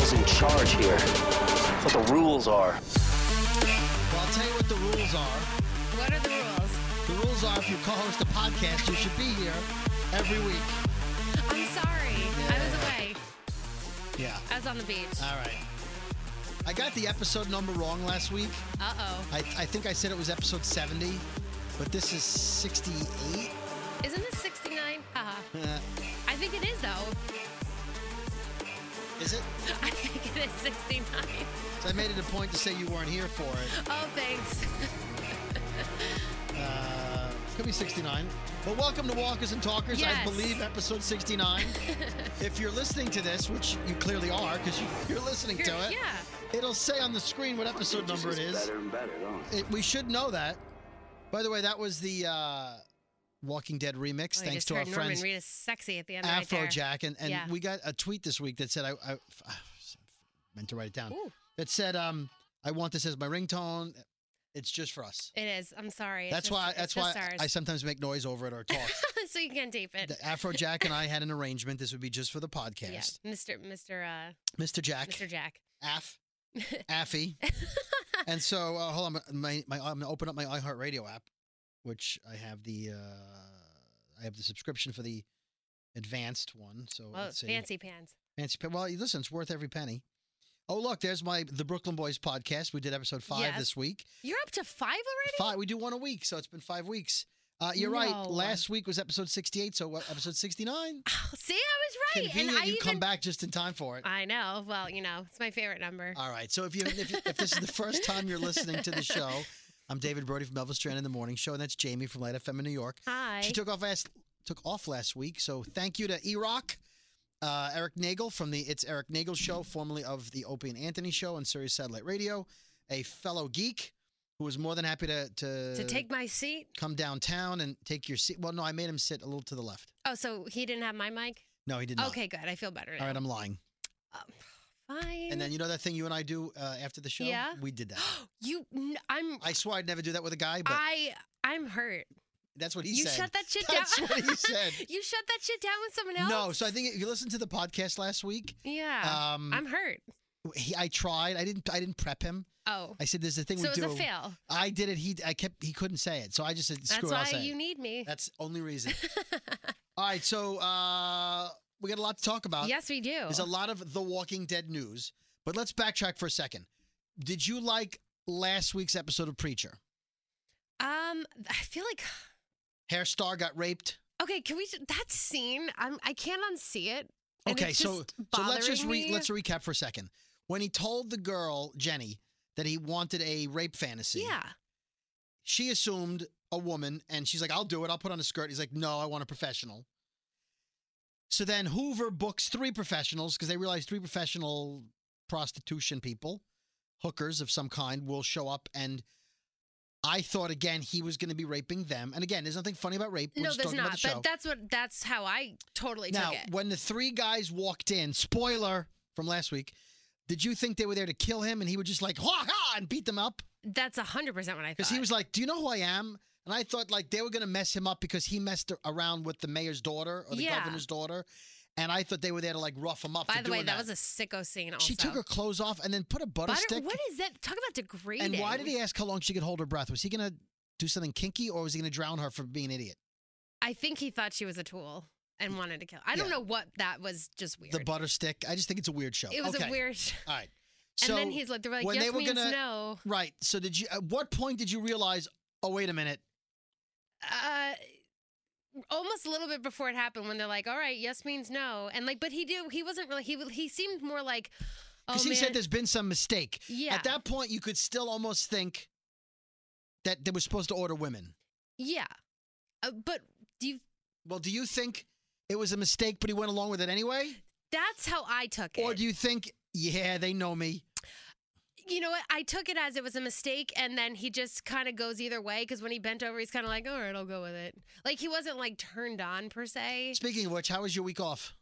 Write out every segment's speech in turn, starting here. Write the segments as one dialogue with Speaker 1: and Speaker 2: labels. Speaker 1: charge here. That's what the rules are.
Speaker 2: Well, I'll tell you what the rules are.
Speaker 3: What are the rules?
Speaker 2: The rules are if you co-host a podcast, you should be here every week.
Speaker 3: I'm sorry. I was away.
Speaker 2: Yeah.
Speaker 3: I was on the beach.
Speaker 2: All right. I got the episode number wrong last week.
Speaker 3: Uh oh.
Speaker 2: I, I think I said it was episode 70, but this is 68.
Speaker 3: Isn't this 69? Haha. I think it is, though.
Speaker 2: is it?
Speaker 3: I think it is 69.
Speaker 2: 'Cause I made it a point to say you weren't here for it.
Speaker 3: Oh, thanks.
Speaker 2: Uh, could be 69. But welcome to Walkers and Talkers, I
Speaker 3: Yes.
Speaker 2: believe, episode 69. if you're listening to this, which you clearly are because you, you're listening
Speaker 3: You're-
Speaker 2: to it,
Speaker 3: yeah.
Speaker 2: it'll say on the screen what episode number it is.
Speaker 1: and better, don't
Speaker 2: It, we should know that. By the way, that was the uh, Walking Dead remix,
Speaker 3: Oh, I
Speaker 2: thanks
Speaker 3: just
Speaker 2: to our
Speaker 3: heard Norman
Speaker 2: friends
Speaker 3: Reedus sexy at the end right there.
Speaker 2: Afrojack, and, and
Speaker 3: Yeah.
Speaker 2: we got a tweet this week that said I, I- f- meant to write it down.
Speaker 3: Ooh,
Speaker 2: That said, um, I want this as my ringtone. It's just for us.
Speaker 3: it is. I'm sorry. It's
Speaker 2: that's
Speaker 3: just-
Speaker 2: why.
Speaker 3: it's
Speaker 2: That's why
Speaker 3: just
Speaker 2: I
Speaker 3: ours.
Speaker 2: sometimes make noise over it or talk.
Speaker 3: so you can tape it.
Speaker 2: the Afrojack and I had an arrangement. This would be just for the podcast.
Speaker 3: Yeah. Mr. Mr. Uh,
Speaker 2: Mr. Jack,
Speaker 3: Mr. Jack.
Speaker 2: Af, Affy. and so, uh, hold on. My, my, I'm going to open up my iHeartRadio app, which I have the, uh, I have the subscription for the advanced one. So
Speaker 3: Oh,
Speaker 2: let's see.
Speaker 3: fancy pants.
Speaker 2: Fancy pen. Well, listen, it's worth every penny. Oh, look, there's my The Brooklyn Boys podcast. We did episode five
Speaker 3: Yes.
Speaker 2: this week.
Speaker 3: You're up to five already?
Speaker 2: Five. We do one a week, so it's been five weeks. Uh, you're right.
Speaker 3: No.
Speaker 2: Last week was episode 68, so what, episode 69?
Speaker 3: Oh, See, I was right. And
Speaker 2: Convenient
Speaker 3: I
Speaker 2: you
Speaker 3: even.
Speaker 2: come back just in time for it.
Speaker 3: I know. Well, you know, it's my favorite number.
Speaker 2: All right. So if you if, you- if this is the first time you're listening to the show, I'm David Brody from Elvis Strand in the Morning Show, and that's Jamie from Light FM in New York.
Speaker 3: Hi.
Speaker 2: She took off last took off last week, so thank you to E Rock, uh, Eric Nagel from the It's Eric Nagel Show, formerly of the Opie and Anthony Show on Sirius Satellite Radio, a fellow geek who was more than happy to to,
Speaker 3: to take my seat.
Speaker 2: come downtown and take your seat. Well, no, I made him sit a little to the left.
Speaker 3: Oh, so he didn't have my mic?
Speaker 2: No, he did not.
Speaker 3: Okay, good. I feel better.
Speaker 2: All right,
Speaker 3: now.
Speaker 2: I'm lying.
Speaker 3: Fine.
Speaker 2: And then you know that thing you and I do uh, after the show?
Speaker 3: Yeah.
Speaker 2: We did that.
Speaker 3: you, n- I'm,
Speaker 2: I swore I'd never do that with a guy, but
Speaker 3: I, I'm hurt.
Speaker 2: that's what he
Speaker 3: You
Speaker 2: said.
Speaker 3: shut that shit
Speaker 2: That's
Speaker 3: down.
Speaker 2: what he said.
Speaker 3: you shut that shit down with someone else.
Speaker 2: No, so I think if you listened to the podcast last week,
Speaker 3: yeah,
Speaker 2: um,
Speaker 3: I'm hurt.
Speaker 2: he, I tried. I didn't. I didn't prep him.
Speaker 3: Oh,
Speaker 2: I said, "There's a thing
Speaker 3: so
Speaker 2: we
Speaker 3: it
Speaker 2: do."
Speaker 3: was a fail.
Speaker 2: I did it. He. I kept. He couldn't say it, so I just said, "Screw it." I'll
Speaker 3: That's why
Speaker 2: say
Speaker 3: you
Speaker 2: it.
Speaker 3: need me.
Speaker 2: That's the only reason. All right, so uh, we got a lot to talk about.
Speaker 3: yes, we do.
Speaker 2: There's uh, a lot of The Walking Dead news, but let's backtrack for a second. Did you like last week's episode of Preacher?
Speaker 3: um, I feel like
Speaker 2: Hair Star got raped.
Speaker 3: okay. Can we ju- that scene? I'm, I can't unsee it. and
Speaker 2: Okay,
Speaker 3: it's
Speaker 2: so
Speaker 3: just
Speaker 2: so let's just
Speaker 3: bothering
Speaker 2: re-
Speaker 3: me.
Speaker 2: let's recap for a second. When he told the girl Jenny that he wanted a rape fantasy,
Speaker 3: yeah,
Speaker 2: she assumed a woman, and she's like, "I'll do it. I'll put on a skirt." He's like, "No, I want a professional." So then Hoover books three professionals because they realize three professional prostitution people, hookers of some kind, will show up. And I thought again he was going to be raping them. And again, there's nothing funny about rape. We're
Speaker 3: no,
Speaker 2: just
Speaker 3: there's
Speaker 2: talking
Speaker 3: not.
Speaker 2: About the show.
Speaker 3: but that's what that's how I totally
Speaker 2: now,
Speaker 3: took it.
Speaker 2: when the three guys walked in, spoiler from last week, did you think they were there to kill him and he would just like ha ha and beat them up?
Speaker 3: That's hundred percent what I thought.
Speaker 2: Because he was like, "Do you know who I am?" And I thought like they were gonna mess him up because he messed ar- around with the mayor's daughter or the
Speaker 3: Yeah.
Speaker 2: governor's daughter, and I thought they were there to like rough him up.
Speaker 3: By
Speaker 2: for
Speaker 3: the way,
Speaker 2: doing
Speaker 3: that, was a sicko scene. Also,
Speaker 2: she took her clothes off and then put a butter,
Speaker 3: Butter-
Speaker 2: stick.
Speaker 3: What is that? Talk about degrading.
Speaker 2: and why did he ask how long she could hold her breath? Was he gonna do something kinky or was he gonna drown her for being an idiot?
Speaker 3: I think he thought she was a tool and wanted to kill. I don't
Speaker 2: Yeah.
Speaker 3: know what that was. Just weird.
Speaker 2: The butter stick. I just think it's a weird show.
Speaker 3: it was
Speaker 2: okay.
Speaker 3: a weird. sh-
Speaker 2: All right.
Speaker 3: And
Speaker 2: So
Speaker 3: then he's like, they're like,
Speaker 2: when
Speaker 3: yes
Speaker 2: they were
Speaker 3: means
Speaker 2: gonna-
Speaker 3: no.
Speaker 2: right. So did you? At what point did you realize? Oh wait a minute.
Speaker 3: Uh, almost a little bit before it happened, when they're like, all right, yes means no, and like, but he do. He wasn't really. He he seemed more like. Oh
Speaker 2: Because he
Speaker 3: man.
Speaker 2: said there's been some mistake.
Speaker 3: Yeah.
Speaker 2: At that point, you could still almost think that they were supposed to order women.
Speaker 3: yeah. Uh, but do you?
Speaker 2: Well, do you think it was a mistake, but he went along with it anyway?
Speaker 3: That's how I took it.
Speaker 2: Or do you think, yeah, they know me?
Speaker 3: you know what? I took it as it was a mistake, and then he just kind of goes either way. Because when he bent over, he's kind of like, "All right, I'll go with it." Like he wasn't like turned on per se.
Speaker 2: Speaking of which, how was your week off?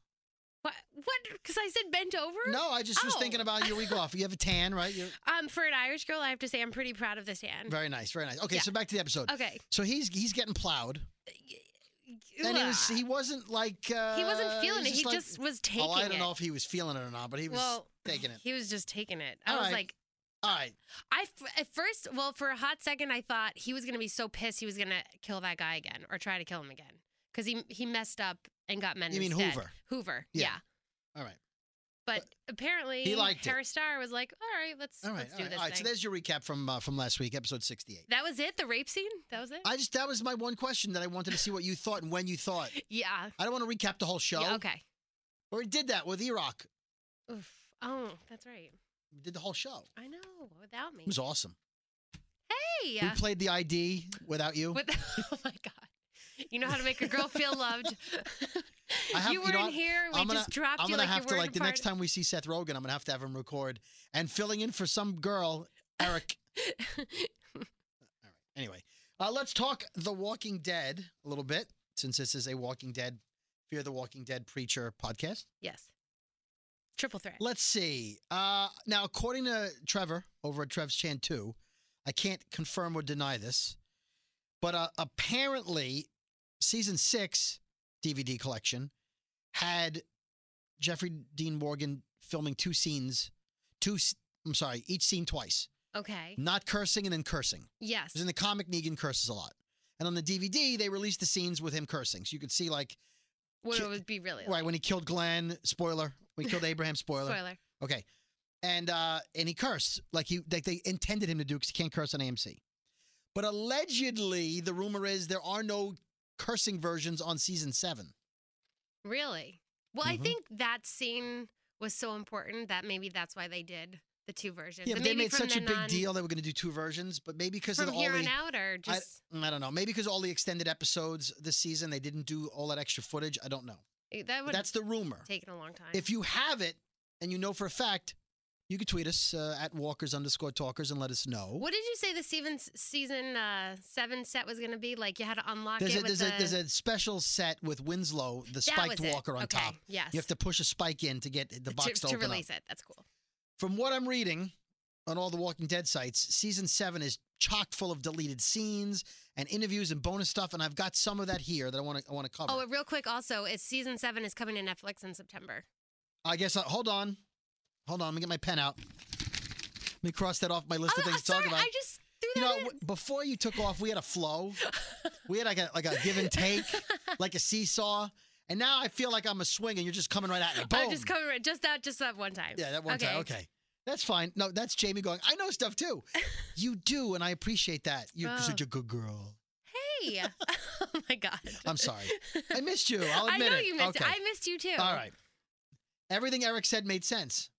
Speaker 3: What? What? Because I said bent over.
Speaker 2: No, I just was
Speaker 3: Oh.
Speaker 2: thinking about your week off. You have a tan, right? You're
Speaker 3: Um, for an Irish girl, I have to say I'm pretty proud of this hand.
Speaker 2: very nice, very nice. Okay,
Speaker 3: Yeah.
Speaker 2: so back to the episode.
Speaker 3: Okay.
Speaker 2: So he's he's getting plowed. and he was he wasn't like uh,
Speaker 3: He wasn't feeling it.
Speaker 2: he's
Speaker 3: He
Speaker 2: like,
Speaker 3: just was taking
Speaker 2: oh, I don't
Speaker 3: it.
Speaker 2: know if he was feeling it or not, but he was
Speaker 3: well,
Speaker 2: taking it.
Speaker 3: He was just taking it. I
Speaker 2: All
Speaker 3: was
Speaker 2: right.
Speaker 3: like,
Speaker 2: All right,
Speaker 3: I f- at first, well, for a hot second, I thought he was gonna be so pissed he was gonna kill that guy again or try to kill him again because he he messed up and got men.
Speaker 2: You mean
Speaker 3: instead.
Speaker 2: Hoover?
Speaker 3: Hoover, yeah.
Speaker 2: Yeah. all right,
Speaker 3: But apparently,
Speaker 2: he liked it.
Speaker 3: Harry Starr was like, "All right, let's
Speaker 2: all right,
Speaker 3: let's
Speaker 2: all
Speaker 3: do
Speaker 2: right.
Speaker 3: this
Speaker 2: All right. So
Speaker 3: thing."
Speaker 2: there's your recap from uh, from last week, episode sixty-eight.
Speaker 3: that was it. The rape scene. That was it.
Speaker 2: I just that was my one question that I wanted to see what you thought and when you thought.
Speaker 3: yeah.
Speaker 2: I don't want to recap the whole show.
Speaker 3: yeah. Okay.
Speaker 2: Or we did that with Iraq.
Speaker 3: Oof. Oh, that's right.
Speaker 2: We did the whole show.
Speaker 3: I know. Without me.
Speaker 2: It was awesome.
Speaker 3: Hey. Yeah.
Speaker 2: We played the ID without you.
Speaker 3: With, oh my god. You know how to make a girl feel loved.
Speaker 2: I have-
Speaker 3: you
Speaker 2: you know
Speaker 3: were in
Speaker 2: what?
Speaker 3: here. We
Speaker 2: I'm gonna-
Speaker 3: just dropped
Speaker 2: I'm
Speaker 3: you
Speaker 2: gonna
Speaker 3: like
Speaker 2: have
Speaker 3: you
Speaker 2: to
Speaker 3: were
Speaker 2: like the next time we see Seth Rogen, I'm gonna have to have him record and filling in for some girl, Eric. All right. Anyway, uh, let's talk The Walking Dead a little bit, since this is a Walking Dead, Fear the Walking Dead preacher podcast.
Speaker 3: Yes. Triple threat.
Speaker 2: Let's see. Uh, now, according to Trevor over at Trev's Chan 2, I can't confirm or deny this, but uh, apparently, season six DVD collection had Jeffrey Dean Morgan filming two scenes, two, s- I'm sorry, each scene twice,
Speaker 3: Okay.
Speaker 2: not cursing and then cursing.
Speaker 3: Yes.
Speaker 2: Because in the comic, Negan curses a lot. And on the DVD, they released the scenes with him cursing. So you could see, like,
Speaker 3: What
Speaker 2: ki-
Speaker 3: it would be really.
Speaker 2: right, when he killed Glenn, spoiler, when he killed Abraham,
Speaker 3: like.
Speaker 2: spoiler.
Speaker 3: Spoiler.
Speaker 2: Okay. And uh and he cursed like he like they intended him to do because he can't curse on AMC. But allegedly, the rumor is there are no cursing versions on season seven.
Speaker 3: Really? Well,
Speaker 2: Mhm.
Speaker 3: I think that scene was so important that maybe that's why they did the two versions.
Speaker 2: Yeah,
Speaker 3: And
Speaker 2: but they
Speaker 3: maybe
Speaker 2: made
Speaker 3: from
Speaker 2: such a
Speaker 3: then
Speaker 2: big
Speaker 3: on-
Speaker 2: deal they were going to do two versions, but maybe because of
Speaker 3: From
Speaker 2: the, all
Speaker 3: here on
Speaker 2: the
Speaker 3: out, or just
Speaker 2: I don't know, maybe because all the extended episodes this season they didn't do all that extra footage. I don't know.
Speaker 3: eh, that would have
Speaker 2: That's the rumor.
Speaker 3: taken a long time.
Speaker 2: If you have it and you know for a fact, you could tweet us uh, at Walkers underscore Talkers and let us know.
Speaker 3: What did you say the season season uh, seven set was going to be? Like you had to unlock
Speaker 2: There's a
Speaker 3: it
Speaker 2: there's,
Speaker 3: with the.
Speaker 2: a there's a special set with Winslow, the
Speaker 3: That
Speaker 2: spiked
Speaker 3: was it.
Speaker 2: walker on
Speaker 3: Okay,
Speaker 2: top.
Speaker 3: Yes.
Speaker 2: You have to push a spike in to get the box
Speaker 3: to,
Speaker 2: to,
Speaker 3: to
Speaker 2: open up.
Speaker 3: release it. That's cool.
Speaker 2: From what I'm reading on all the Walking Dead sites, season seven is chock full of deleted scenes and interviews and bonus stuff, and I've got some of that here that I want to I want to cover.
Speaker 3: Oh, and real quick. Also, is season seven is coming to Netflix in September.
Speaker 2: I guess I, hold on, hold on. Let me get my pen out. Let me cross that off my list
Speaker 3: oh,
Speaker 2: of
Speaker 3: I'm
Speaker 2: things to
Speaker 3: sorry,
Speaker 2: talk about.
Speaker 3: I just
Speaker 2: you
Speaker 3: threw
Speaker 2: know,
Speaker 3: that. in.
Speaker 2: w- before you took off, we had a flow. we had like a like a give and take, like a seesaw. And now I feel like I'm a swing, and you're just coming right at me. Boom.
Speaker 3: I'm just coming right, just that, just that one time.
Speaker 2: Yeah, that one time. Okay. That's fine. No, that's Jamie going, I know stuff too. you do, and I appreciate that. You're
Speaker 3: Oh.
Speaker 2: such a good girl.
Speaker 3: Hey. oh my god.
Speaker 2: I'm sorry. I missed you. I'll
Speaker 3: I
Speaker 2: admit
Speaker 3: know
Speaker 2: it.
Speaker 3: you missed.
Speaker 2: okay.
Speaker 3: I missed you too.
Speaker 2: All right. Everything Eric said made sense.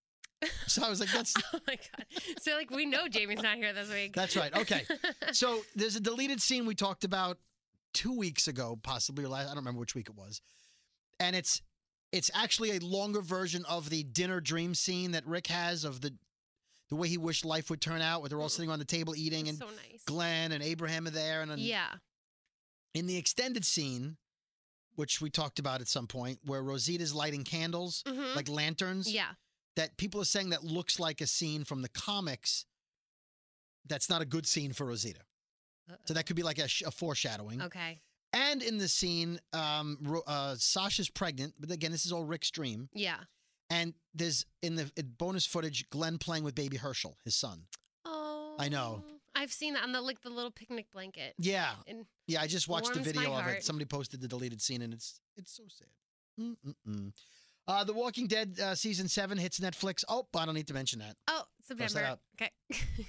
Speaker 2: So I was like, that's
Speaker 3: Oh my god. So like we know Jamie's not here this week.
Speaker 2: that's right. Okay. So there's a deleted scene we talked about two weeks ago, possibly or last I don't remember which week it was. And it's it's actually a longer version of the dinner dream scene that Rick has of the the way he wished life would turn out, where they're all sitting on the table eating and
Speaker 3: so nice.
Speaker 2: Glenn and Abraham are there, and then
Speaker 3: yeah.
Speaker 2: in the extended scene, which we talked about at some point, where Rosita's lighting candles
Speaker 3: Mhm.
Speaker 2: like lanterns,
Speaker 3: yeah.
Speaker 2: that people are saying that looks like a scene from the comics. That's not a good scene for Rosita. So that could be like a, sh- a foreshadowing.
Speaker 3: Okay.
Speaker 2: And in the scene, um, Ro- uh, Sasha's pregnant, but again, this is all Rick's dream.
Speaker 3: Yeah.
Speaker 2: And there's in the in bonus footage, Glenn playing with baby Herschel, his son.
Speaker 3: Oh.
Speaker 2: know.
Speaker 3: I've seen that on the like the little picnic blanket.
Speaker 2: Yeah,
Speaker 3: And
Speaker 2: Yeah, I just watched the
Speaker 3: Warms my
Speaker 2: video of it.
Speaker 3: heart.
Speaker 2: Somebody posted the deleted scene, and it's it's so sad. Mm-mm-mm. Uh, the Walking Dead uh, season seven hits Netflix. Oh, I don't need to mention that.
Speaker 3: oh, September.
Speaker 2: up.
Speaker 3: Okay.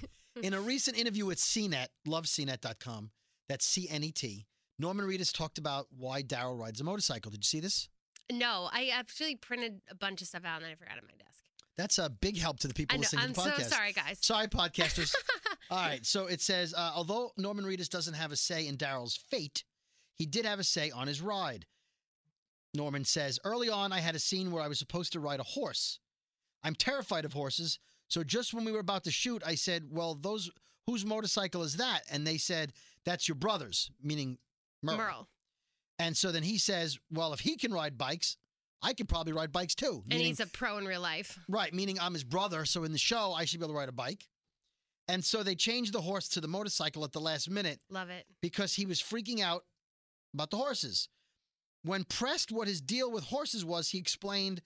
Speaker 2: In a recent interview with CNET, lovecnet.com, that's C N E T. Norman Reedus talked about why Daryl rides a motorcycle. Did you see this?
Speaker 3: no, I actually printed a bunch of stuff out and I forgot on my desk.
Speaker 2: That's a big help to the people
Speaker 3: I know,
Speaker 2: listening
Speaker 3: I'm
Speaker 2: to the podcast.
Speaker 3: so sorry, guys.
Speaker 2: Sorry, podcasters. All right. So it says uh, although Norman Reedus doesn't have a say in Daryl's fate, he did have a say on his ride. Norman says, Early on, I had a scene where I was supposed to ride a horse. I'm terrified of horses. So just when we were about to shoot, I said, Well, those whose motorcycle is that? And they said, That's your brother's, meaning Merle.
Speaker 3: Merle.
Speaker 2: And so then he says, Well, if he can ride bikes, I can probably ride bikes too.
Speaker 3: And
Speaker 2: meaning-
Speaker 3: he's a pro in real life.
Speaker 2: Right, meaning I'm his brother, so in the show I should be able to ride a bike. And so they changed the horse to the motorcycle at the last minute
Speaker 3: Love it.
Speaker 2: because he was freaking out about the horses. When pressed what his deal with horses was, he explained,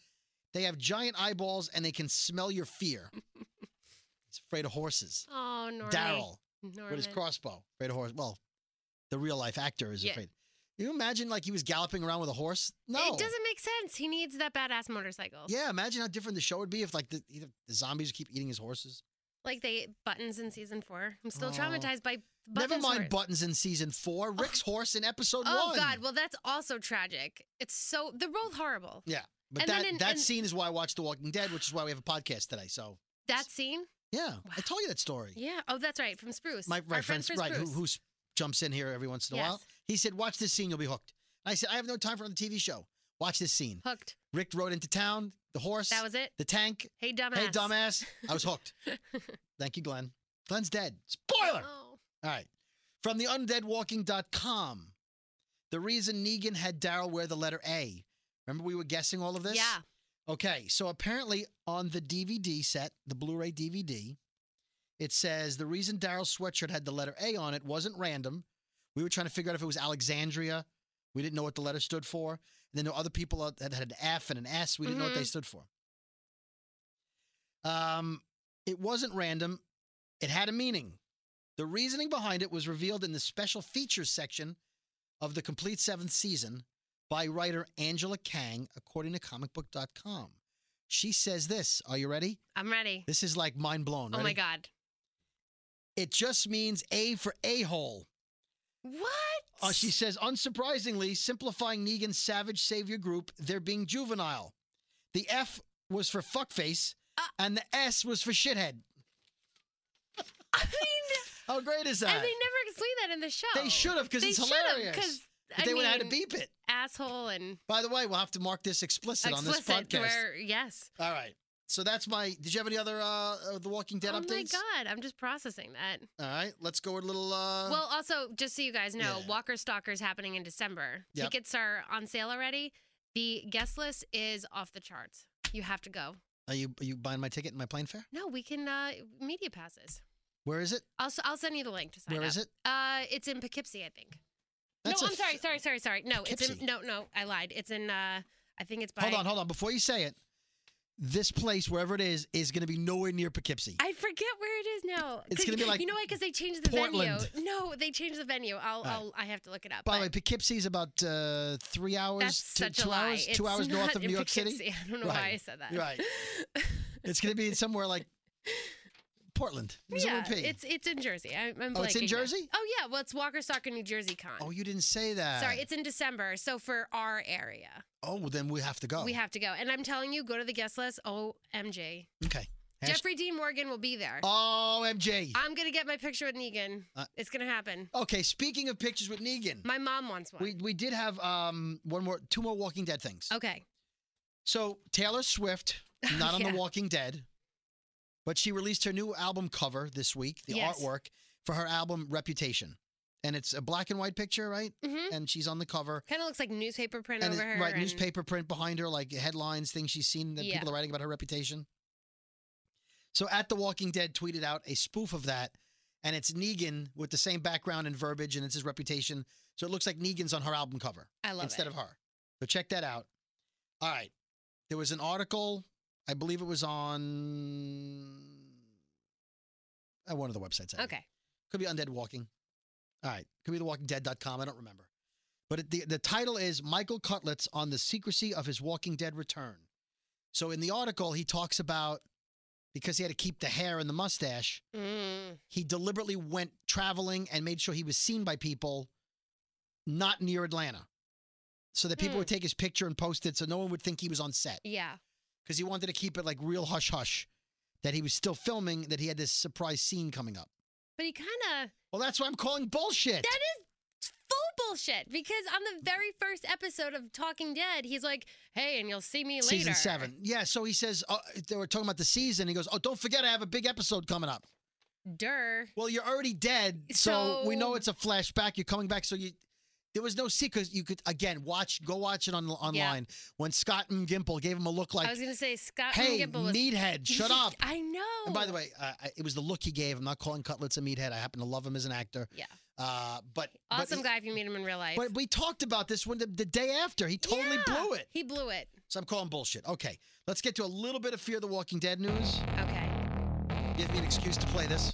Speaker 2: they have giant eyeballs and they can smell your fear. He's afraid of horses.
Speaker 3: Oh, Norman.
Speaker 2: Daryl
Speaker 3: Norman.
Speaker 2: with his crossbow, afraid of horse. Well, the real life actor is
Speaker 3: Yeah.
Speaker 2: afraid. Can you imagine like he was galloping around with a horse? No.
Speaker 3: It doesn't make sense. He needs that badass motorcycle.
Speaker 2: Yeah, imagine how different the show would be if like the, either the zombies keep eating his horses.
Speaker 3: Like they buttons in season four. I'm still
Speaker 2: Oh.
Speaker 3: traumatized by buttons.
Speaker 2: Never mind
Speaker 3: horse.
Speaker 2: buttons in season four. Rick's horse in episode one.
Speaker 3: Oh God! Well, that's also tragic. It's so they're both horrible.
Speaker 2: Yeah, but
Speaker 3: And
Speaker 2: that
Speaker 3: then in-
Speaker 2: that
Speaker 3: and-
Speaker 2: scene is why I watched The Walking Dead, which is why we have a podcast today. So
Speaker 3: That scene.
Speaker 2: yeah,
Speaker 3: Wow.
Speaker 2: I told you that story.
Speaker 3: Yeah. Oh, that's right. From Spruce.
Speaker 2: My, my
Speaker 3: Our friend
Speaker 2: friend,
Speaker 3: Spruce
Speaker 2: right, who,
Speaker 3: Spruce.
Speaker 2: who s- jumps in here every once in a while.
Speaker 3: Yes.
Speaker 2: He said, "Watch this scene, you'll be hooked." And I said, "I have no time for another TV show. Watch this scene."
Speaker 3: hooked.
Speaker 2: Rick rode into town. The horse.
Speaker 3: That was it.
Speaker 2: the tank.
Speaker 3: Hey, dumbass.
Speaker 2: Hey, dumbass! I was hooked. Thank you, Glenn. Glenn's dead. Spoiler.
Speaker 3: Oh.
Speaker 2: All right. From the undeadwalking.com. The reason Negan had Daryl wear the letter A. Remember we were guessing all of this?
Speaker 3: Yeah.
Speaker 2: Okay. So apparently on the DVD set, the Blu-ray DVD, it says the reason Daryl's sweatshirt had the letter A on it wasn't random. We were trying to figure out if it was Alexandria. We didn't know what the letter stood for. And then there were other people out that had an F and an S. We didn't know what they stood for. Um, it wasn't random. It had a meaning. The reasoning behind it was revealed in the special features section of the complete seventh season by writer Angela Kang, according to comicbook.com. She says this. Are you ready?
Speaker 3: I'm ready.
Speaker 2: This is like mind blown.
Speaker 3: Oh
Speaker 2: Ready?
Speaker 3: my God.
Speaker 2: It just means A for a hole.
Speaker 3: What?
Speaker 2: Uh, she says, unsurprisingly, simplifying Negan's savage savior group, they're being juvenile. The F was for fuckface,
Speaker 3: Uh.
Speaker 2: and the S was for shithead.
Speaker 3: I mean,
Speaker 2: How great is that?
Speaker 3: and they never explain that in the show.
Speaker 2: They should have because
Speaker 3: They
Speaker 2: it's
Speaker 3: should
Speaker 2: hilarious.
Speaker 3: have because
Speaker 2: But they
Speaker 3: I
Speaker 2: would
Speaker 3: mean,
Speaker 2: have had to beep it.
Speaker 3: asshole and
Speaker 2: By the way, we'll have to mark this explicit,
Speaker 3: explicit.
Speaker 2: on this podcast.
Speaker 3: Where yes.
Speaker 2: All right. So that's my. Did you have any other uh, uh The Walking Dead
Speaker 3: oh
Speaker 2: updates?
Speaker 3: my God! I'm just processing that.
Speaker 2: All right. Let's go with a little. Uh,
Speaker 3: Well, also, just so you guys know,
Speaker 2: yeah.
Speaker 3: Walker Stalker's happening in December.
Speaker 2: Yep.
Speaker 3: Tickets are on sale already. The guest list is off the charts. You have to go.
Speaker 2: are you are you buying my ticket and my plane fare?
Speaker 3: No, we can uh media passes.
Speaker 2: Where is it?
Speaker 3: I'll s- I'll send you the link to sign
Speaker 2: Where
Speaker 3: up.
Speaker 2: is it?
Speaker 3: Uh, it's in Poughkeepsie, I think.
Speaker 2: That's
Speaker 3: no,
Speaker 2: a
Speaker 3: I'm sorry,
Speaker 2: f-
Speaker 3: sorry, sorry, sorry. No, it's
Speaker 2: Poughkeepsie.
Speaker 3: in no, no, I lied. It's in uh, I think it's by.
Speaker 2: Hold on, hold on. Before you say it, this place, wherever it is, is going to be nowhere near Poughkeepsie.
Speaker 3: I forget where it is now.
Speaker 2: It's
Speaker 3: 'Cause
Speaker 2: gonna be like
Speaker 3: you know why? Because they changed the
Speaker 2: Portland.
Speaker 3: venue. No, they changed the venue. I'll,
Speaker 2: right.
Speaker 3: I'll I have to look it up.
Speaker 2: By the
Speaker 3: but-
Speaker 2: way, Poughkeepsie's about uh, three hours,
Speaker 3: That's
Speaker 2: two,
Speaker 3: such
Speaker 2: two
Speaker 3: a lie.
Speaker 2: hours,
Speaker 3: It's
Speaker 2: two hours north
Speaker 3: not
Speaker 2: of
Speaker 3: in
Speaker 2: New York City.
Speaker 3: Poughkeepsie. I don't know why I
Speaker 2: Right.
Speaker 3: said that.
Speaker 2: Right. It's going to be in somewhere like Portland. There's
Speaker 3: yeah,
Speaker 2: OMP.
Speaker 3: it's it's in Jersey. I, I'm
Speaker 2: Oh, it's in
Speaker 3: blanking now.
Speaker 2: Jersey?
Speaker 3: Oh yeah, well it's Walker Soccer New Jersey Con.
Speaker 2: oh, you didn't say that.
Speaker 3: Sorry, it's in December. So for our area,
Speaker 2: oh, then we have to go.
Speaker 3: we have to go. And I'm telling you, go to the guest list. OMG.
Speaker 2: Okay. Hash-
Speaker 3: Jeffrey Dean Morgan will be there.
Speaker 2: Oh, MJ.
Speaker 3: I'm gonna get my picture with Negan.
Speaker 2: Uh,
Speaker 3: it's gonna happen.
Speaker 2: Okay. Speaking of pictures with Negan,
Speaker 3: My mom wants one.
Speaker 2: we we did have um one more, two more Walking Dead things.
Speaker 3: okay.
Speaker 2: So Taylor Swift, not on
Speaker 3: Yeah.
Speaker 2: The Walking Dead, but she released her new album cover this week, the
Speaker 3: Yes.
Speaker 2: artwork for her album Reputation. And it's a black and white picture, right?
Speaker 3: Mm-hmm.
Speaker 2: And she's on the cover.
Speaker 3: Kind of looks like newspaper print
Speaker 2: and
Speaker 3: over
Speaker 2: it's-
Speaker 3: her.
Speaker 2: right,
Speaker 3: and-
Speaker 2: newspaper print behind her, like headlines, things she's seen that
Speaker 3: Yeah.
Speaker 2: people are writing about her reputation. So at The Walking Dead tweeted out a spoof of that, and it's Negan with the same background and verbiage, and it's his reputation. So it looks like Negan's on her album cover
Speaker 3: I love
Speaker 2: instead
Speaker 3: it.
Speaker 2: of her. So check that out. All right. There was an article, I believe it was on uh, one of the websites. I read.
Speaker 3: okay.
Speaker 2: Could be Undead Walking. All right. Could be thewalkingdead.com. I don't remember. But it, the, the title is Michael Cutlets on the Secrecy of His Walking Dead Return. So in the article, he talks about because he had to keep the hair and the mustache,
Speaker 3: Mm.
Speaker 2: he deliberately went traveling and made sure he was seen by people not near Atlanta. So that people
Speaker 3: Hmm.
Speaker 2: would take his picture and post it so no one would think he was on set
Speaker 3: Yeah.
Speaker 2: because he wanted to keep it like real hush hush that he was still filming, that he had this surprise scene coming up.
Speaker 3: But he kind of.
Speaker 2: Well, that's why I'm calling bullshit.
Speaker 3: That is full bullshit because on the very first episode of Talking Dead, he's like, "Hey, and you'll see me later."
Speaker 2: Season seven. Yeah. So he says, uh, they were talking about the season. He goes, Oh, don't forget, I have a big episode coming up.
Speaker 3: Durr.
Speaker 2: Well, you're already dead. So, we know
Speaker 3: So-
Speaker 2: it's a flashback. You're coming back. So you, There was no secret. You could again watch. Go watch it on online. When Scott and Gimple gave him a look
Speaker 3: I
Speaker 2: like,
Speaker 3: was gonna say Scott
Speaker 2: "Hey,
Speaker 3: Gimple was. Oh.
Speaker 2: meathead, shut up."
Speaker 3: I know.
Speaker 2: And by the way, uh, I- it was the look he gave. I'm not calling Cutlets a meathead. I happen to love him as an actor.
Speaker 3: Yeah.
Speaker 2: Uh, but but
Speaker 3: awesome
Speaker 2: he-
Speaker 3: guy if you meet him in real life.
Speaker 2: But we talked about this when the, the day after he totally
Speaker 3: Yeah,
Speaker 2: blew it.
Speaker 3: He blew it.
Speaker 2: So I'm calling bullshit. Okay, let's get to a little bit of Fear the Walking Dead news.
Speaker 3: Okay.
Speaker 2: Give me an excuse to play this.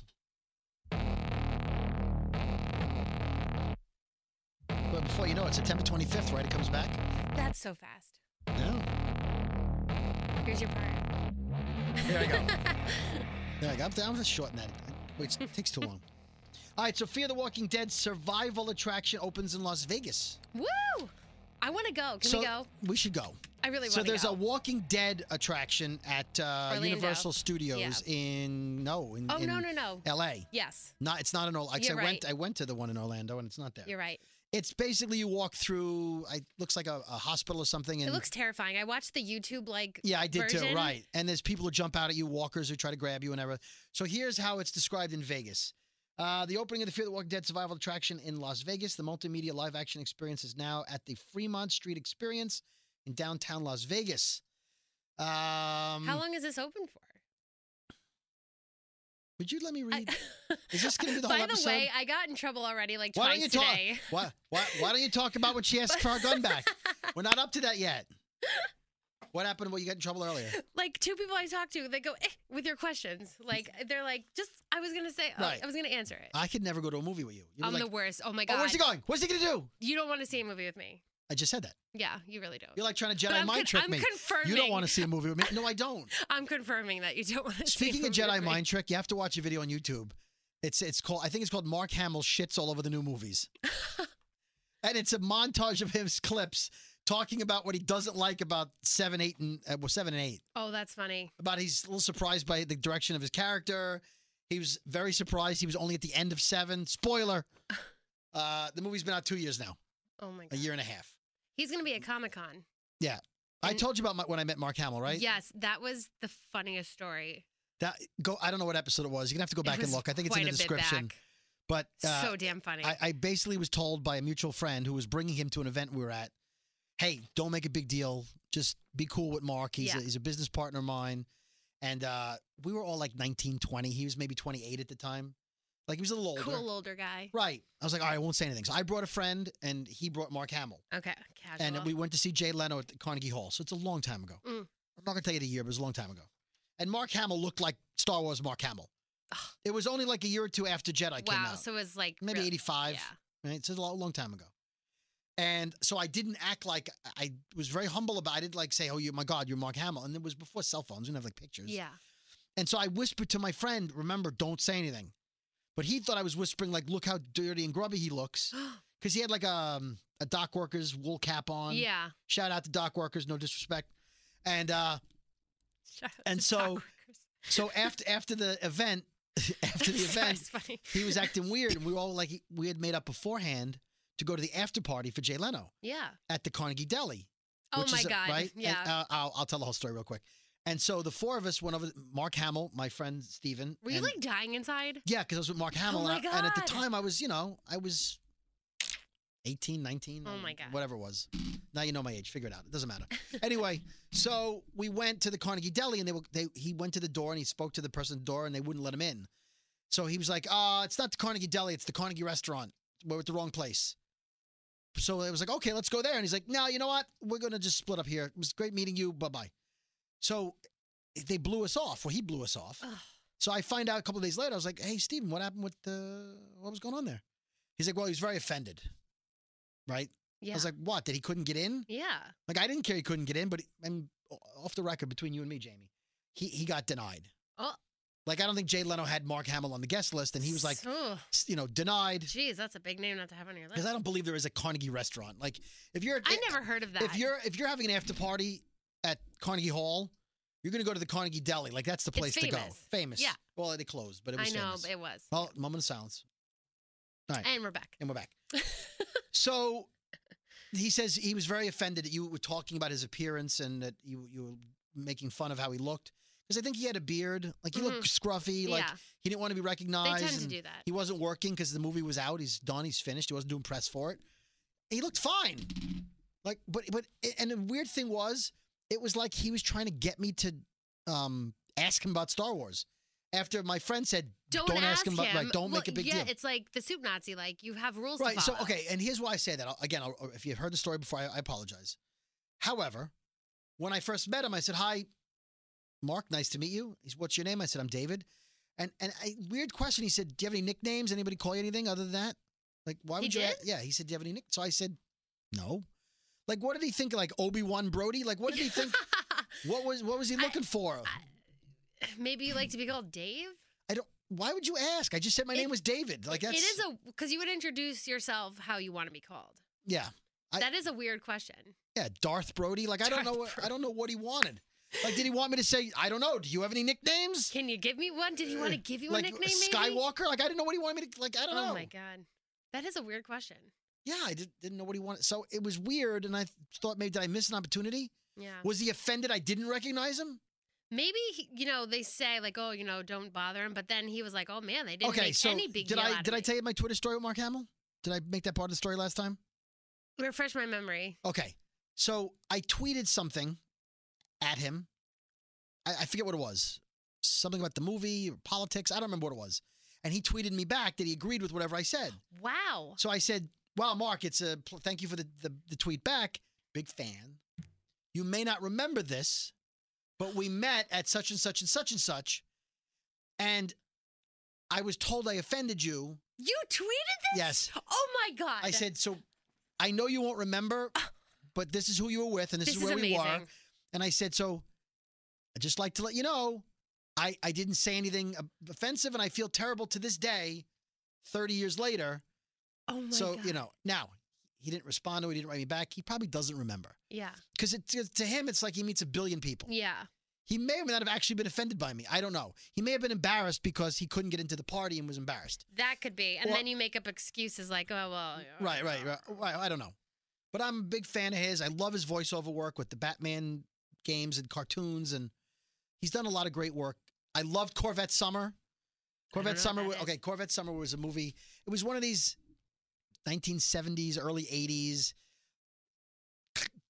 Speaker 2: But before you know it, September 25th, right? It comes back.
Speaker 3: That's so fast.
Speaker 2: No.
Speaker 3: Here's your part.
Speaker 2: There I go. there I go. I'm, I'm just shorten that. Wait, it takes too long. All right, so Fear the Walking Dead survival attraction opens in Las Vegas.
Speaker 3: Woo! I want to go. Can
Speaker 2: so
Speaker 3: we go?
Speaker 2: We should go.
Speaker 3: I really want to
Speaker 2: so there's
Speaker 3: go.
Speaker 2: a Walking Dead attraction at uh,
Speaker 3: Orlando.
Speaker 2: Universal Studios in no in,
Speaker 3: oh
Speaker 2: in
Speaker 3: no no no.
Speaker 2: L.A.
Speaker 3: Yes,
Speaker 2: Not it's not in Orlando. I
Speaker 3: You're
Speaker 2: went
Speaker 3: right.
Speaker 2: I went to the one in Orlando and it's not there.
Speaker 3: you're right.
Speaker 2: It's basically you walk through. It looks like a, a hospital or something. And
Speaker 3: It looks terrifying. I watched the YouTube like.
Speaker 2: Yeah, I did too.
Speaker 3: version.
Speaker 2: Right. And there's people who jump out at you, walkers who try to grab you and everything. So here's how it's described in Vegas. Uh, the opening of the Fear the Walking Dead survival attraction in Las Vegas. The multimedia live action experience is now at the Fremont Street Experience in downtown Las Vegas. Um,
Speaker 3: How long is this open for?
Speaker 2: Would you let me
Speaker 3: I-
Speaker 2: read? Is this going to be the
Speaker 3: By
Speaker 2: whole
Speaker 3: the
Speaker 2: episode?
Speaker 3: way, I got in trouble already like
Speaker 2: why
Speaker 3: twice
Speaker 2: don't you talk?
Speaker 3: today.
Speaker 2: Why, why, why don't you talk about when she asked for our gun back? We're not up to that yet. What happened? Well, you got in trouble earlier.
Speaker 3: like two people I talked to, they go eh, with your questions. Like they're like, just I was gonna say, oh,
Speaker 2: Right.
Speaker 3: I was gonna answer it.
Speaker 2: I could never go to a movie with you. You were
Speaker 3: I'm
Speaker 2: like,
Speaker 3: the worst. Oh my
Speaker 2: oh,
Speaker 3: god,
Speaker 2: where's he going? What's he going to do?
Speaker 3: you don't want to see a movie with me.
Speaker 2: I just said that.
Speaker 3: Yeah, you really don't.
Speaker 2: You're like trying to
Speaker 3: But
Speaker 2: Jedi
Speaker 3: I'm
Speaker 2: mind
Speaker 3: con-
Speaker 2: trick
Speaker 3: I'm
Speaker 2: me.
Speaker 3: confirming.
Speaker 2: You don't want to see a movie with me. No, I don't.
Speaker 3: I'm confirming that you don't want to.
Speaker 2: Speaking
Speaker 3: see
Speaker 2: of
Speaker 3: a movie
Speaker 2: Jedi
Speaker 3: with me.
Speaker 2: mind trick, you have to watch a video on YouTube. It's it's called I think it's called Mark Hamill shits all over the new movies, and it's a montage of his clips talking about what he doesn't like about seven, eight, and uh, well, seven and eight.
Speaker 3: Oh, that's funny.
Speaker 2: About he's a little surprised by the direction of his character. He was very surprised. He was only at the end of seven. Spoiler. Uh, the movie's been out two years now,
Speaker 3: Oh my
Speaker 2: a
Speaker 3: god,
Speaker 2: year and a half.
Speaker 3: he's gonna be at Comic Con.
Speaker 2: I
Speaker 3: And-
Speaker 2: told you about my, when I met Mark Hamill, right?
Speaker 3: Yes, that was the funniest story.
Speaker 2: That go. I don't know what episode it was. You're gonna have to go
Speaker 3: It
Speaker 2: back and
Speaker 3: was
Speaker 2: look. I think it's in
Speaker 3: quite
Speaker 2: the
Speaker 3: a bit
Speaker 2: description.
Speaker 3: back.
Speaker 2: But uh,
Speaker 3: so damn funny.
Speaker 2: I, I basically was told by a mutual friend who was bringing him to an event we were at. Hey, don't make a big deal. Just be cool with Mark. He's
Speaker 3: Yeah.
Speaker 2: a, he's a business partner of mine, and uh, we were all like 19, 20. He was maybe 28 at the time. Like he was a little older.
Speaker 3: cool older guy.
Speaker 2: Right. I was like, all right, I won't say anything. So I brought a friend, and he brought Mark Hamill.
Speaker 3: Okay, casual.
Speaker 2: And we went to see Jay Leno at the Carnegie Hall. So it's a long time ago.
Speaker 3: Mm.
Speaker 2: I'm not going to tell you the year, but it was a long time ago. And Mark Hamill looked like Star Wars Mark Hamill.
Speaker 3: Ugh.
Speaker 2: It was only like a year or two after Jedi came
Speaker 3: wow,
Speaker 2: out.
Speaker 3: so it was like
Speaker 2: maybe
Speaker 3: real-
Speaker 2: 85.
Speaker 3: Yeah.
Speaker 2: Right? It's a lo- long, time ago. And so I didn't act like I was very humble about. I didn't like say, "Oh, you, my God, you're Mark Hamill." And it was before cell phones; we didn't have like pictures.
Speaker 3: Yeah.
Speaker 2: And so I whispered to my friend, "Remember, don't say anything." But he thought I was whispering, like, "Look how dirty and grubby he looks," because he had like a, um, a dock worker's wool cap on.
Speaker 3: yeah.
Speaker 2: Shout out to dock workers, no disrespect. And uh,
Speaker 3: Shout out
Speaker 2: and
Speaker 3: to
Speaker 2: so-
Speaker 3: Doc Workers.
Speaker 2: so after after the event, after the
Speaker 3: Sorry,
Speaker 2: event,
Speaker 3: it's funny.
Speaker 2: he was acting weird, and we were all like we had made up beforehand to go to the after party for Jay Leno
Speaker 3: Yeah.
Speaker 2: at the Carnegie Deli.
Speaker 3: Oh
Speaker 2: which
Speaker 3: my
Speaker 2: is a-
Speaker 3: god.
Speaker 2: Right? And,
Speaker 3: Yeah.
Speaker 2: uh, I'll, I'll tell the whole story real quick. And so the four of us went over. Mark Hamill, my friend Steven.
Speaker 3: Were you
Speaker 2: and-
Speaker 3: like dying inside?
Speaker 2: Yeah, because I was with Mark Hamill.
Speaker 3: my
Speaker 2: and I- and at the
Speaker 3: God.
Speaker 2: time, I was, you know, I was 18, 19.
Speaker 3: Oh
Speaker 2: um,
Speaker 3: my God.
Speaker 2: Whatever it was. Now you know my age. Figure it out. It doesn't matter. anyway, so we went to the Carnegie Deli and they were, they he went to the door and he spoke to the person at the door and they wouldn't let him in. So he was like, uh, it's not the Carnegie Deli, it's the Carnegie restaurant. We're at the wrong place. So I was like, okay, let's go there. And he's like, no, you know what? We're going to just split up here. It was great meeting you. Bye bye. So they blew us off. Well, he blew us off.
Speaker 3: Ugh.
Speaker 2: So I find out a couple of days later, I was like, hey, Steven, what happened with the, what was going on there? He's like, well, he was very offended. Right?
Speaker 3: Yeah.
Speaker 2: I was like, what? That he couldn't get in?
Speaker 3: yeah.
Speaker 2: Like, I didn't care he couldn't get in, but I'm off the record between you and me, Jamie. He, he got denied.
Speaker 3: Oh.
Speaker 2: Like, I don't think Jay Leno had Mark Hamill on the guest list, and he was like,
Speaker 3: oh,
Speaker 2: s- you know, denied.
Speaker 3: geez, that's a big name not to have on your list.
Speaker 2: Because I don't believe there is a Carnegie restaurant. Like, if you're,
Speaker 3: I never heard of that.
Speaker 2: if you're, if you're having an after party at Carnegie Hall, you're going to go to the Carnegie Deli. Like, that's the
Speaker 3: It's
Speaker 2: place to go.
Speaker 3: famous.
Speaker 2: Famous.
Speaker 3: Yeah.
Speaker 2: Well, it closed, but it
Speaker 3: I
Speaker 2: was
Speaker 3: know
Speaker 2: famous.
Speaker 3: it was.
Speaker 2: Well, moment of silence,
Speaker 3: And we're back.
Speaker 2: and we're back. so he says he was very offended that you were talking about his appearance and that you you were making fun of how he looked because I think he had a beard, like he looked scruffy, like
Speaker 3: Mm-hmm. yeah.
Speaker 2: he didn't want to be
Speaker 3: They
Speaker 2: recognized.
Speaker 3: tend to
Speaker 2: and
Speaker 3: do that.
Speaker 2: He wasn't working because the movie was out. He's done. He's finished. He wasn't doing press for it. he looked fine. Like, but but and the weird thing was, it was like he was trying to get me to um ask him about Star Wars. After my friend said,
Speaker 3: Don't,
Speaker 2: ask him about
Speaker 3: him.
Speaker 2: right, don't
Speaker 3: Well,
Speaker 2: make a big
Speaker 3: yeah,
Speaker 2: deal."
Speaker 3: it's like the soup Nazi. Like you have rules.
Speaker 2: Right.
Speaker 3: To
Speaker 2: So
Speaker 3: follow.
Speaker 2: okay, and here's why I say that. I'll, again, I'll, if you've heard the story before, I, I apologize. However, when I first met him, I said, "Hi, Mark. Nice to meet you." He's, "What's your name?" I said, "I'm David." And and I, weird question. He said, "Do you have any nicknames? Anybody call you anything other than that?" Like, why
Speaker 3: He
Speaker 2: would you?
Speaker 3: did?
Speaker 2: Yeah. He said, "Do you have any nick?" So I said, "No." Like, what did he think? Like Obi Wan Brody? Like, what did he think? what was what was he
Speaker 3: I-
Speaker 2: looking for? I,
Speaker 3: Maybe you like to be called Dave.
Speaker 2: don't. Why would you ask? I just said my
Speaker 3: It-
Speaker 2: name was David. Like that's
Speaker 3: it is a because you would introduce yourself how you want to be called.
Speaker 2: yeah. I-
Speaker 3: that is a weird question.
Speaker 2: Yeah, Darth Brody. Like I don't
Speaker 3: Darth
Speaker 2: know. What, I don't know what he wanted. Like, did he want me to say? I don't know. Do you have any nicknames?
Speaker 3: Can you give me one? Did he want to give you
Speaker 2: like
Speaker 3: a nickname? maybe?
Speaker 2: Skywalker. Like I didn't know what he wanted me to. Like I don't
Speaker 3: Oh
Speaker 2: know.
Speaker 3: my god, that is a weird question.
Speaker 2: Yeah, I did, didn't know what he wanted. So it was weird, and I thought maybe did I miss an opportunity?
Speaker 3: Yeah,
Speaker 2: Was he offended I didn't recognize him?
Speaker 3: maybe he- you know they say like, oh, you know, don't bother him, but then he was like, oh man, they didn't
Speaker 2: okay,
Speaker 3: make
Speaker 2: so
Speaker 3: any big
Speaker 2: did
Speaker 3: deal
Speaker 2: I
Speaker 3: out
Speaker 2: did
Speaker 3: of
Speaker 2: I
Speaker 3: me.
Speaker 2: tell you my Twitter story with Mark Hamill? Did I make that part of the story last time?
Speaker 3: Refresh my memory.
Speaker 2: Okay, so I tweeted something at him. I, I forget what it was. Something about the movie or politics. I don't remember what it was. And he tweeted me back that he agreed with whatever I said.
Speaker 3: Wow.
Speaker 2: So I said, "Wow, Mark, it's a pl- thank you for the, the the tweet back. Big fan. You may not remember this, but we met at such and such and such and such, and I was told I offended you.
Speaker 3: You tweeted this?
Speaker 2: Yes,
Speaker 3: Oh my god.
Speaker 2: I said so. I know you won't remember, but this is who you were with, and this,
Speaker 3: this
Speaker 2: is where we
Speaker 3: amazing.
Speaker 2: were. And I said, so I just like to let you know, I I didn't say anything ob- offensive, and I feel terrible to this day, thirty years later."
Speaker 3: Oh my
Speaker 2: so
Speaker 3: god.
Speaker 2: you know now he didn't respond to it he didn't write me back he probably doesn't remember
Speaker 3: Yeah.
Speaker 2: because to, to him it's like he meets a billion people
Speaker 3: Yeah.
Speaker 2: he may or may not have actually been offended by me i don't know he may have been embarrassed because he couldn't get into the party and was embarrassed
Speaker 3: That could be. And
Speaker 2: Or-
Speaker 3: then you make up excuses like, oh, well. you know,
Speaker 2: right right right, right i don't know but i'm a big fan of his i love his voiceover work with the batman games and cartoons and he's done a lot of great work i loved corvette summer
Speaker 3: I don't know
Speaker 2: corvette
Speaker 3: what
Speaker 2: summer
Speaker 3: Mm-hmm. that
Speaker 2: wa-
Speaker 3: is.
Speaker 2: okay corvette summer was a movie it was one of these 1970s early 80s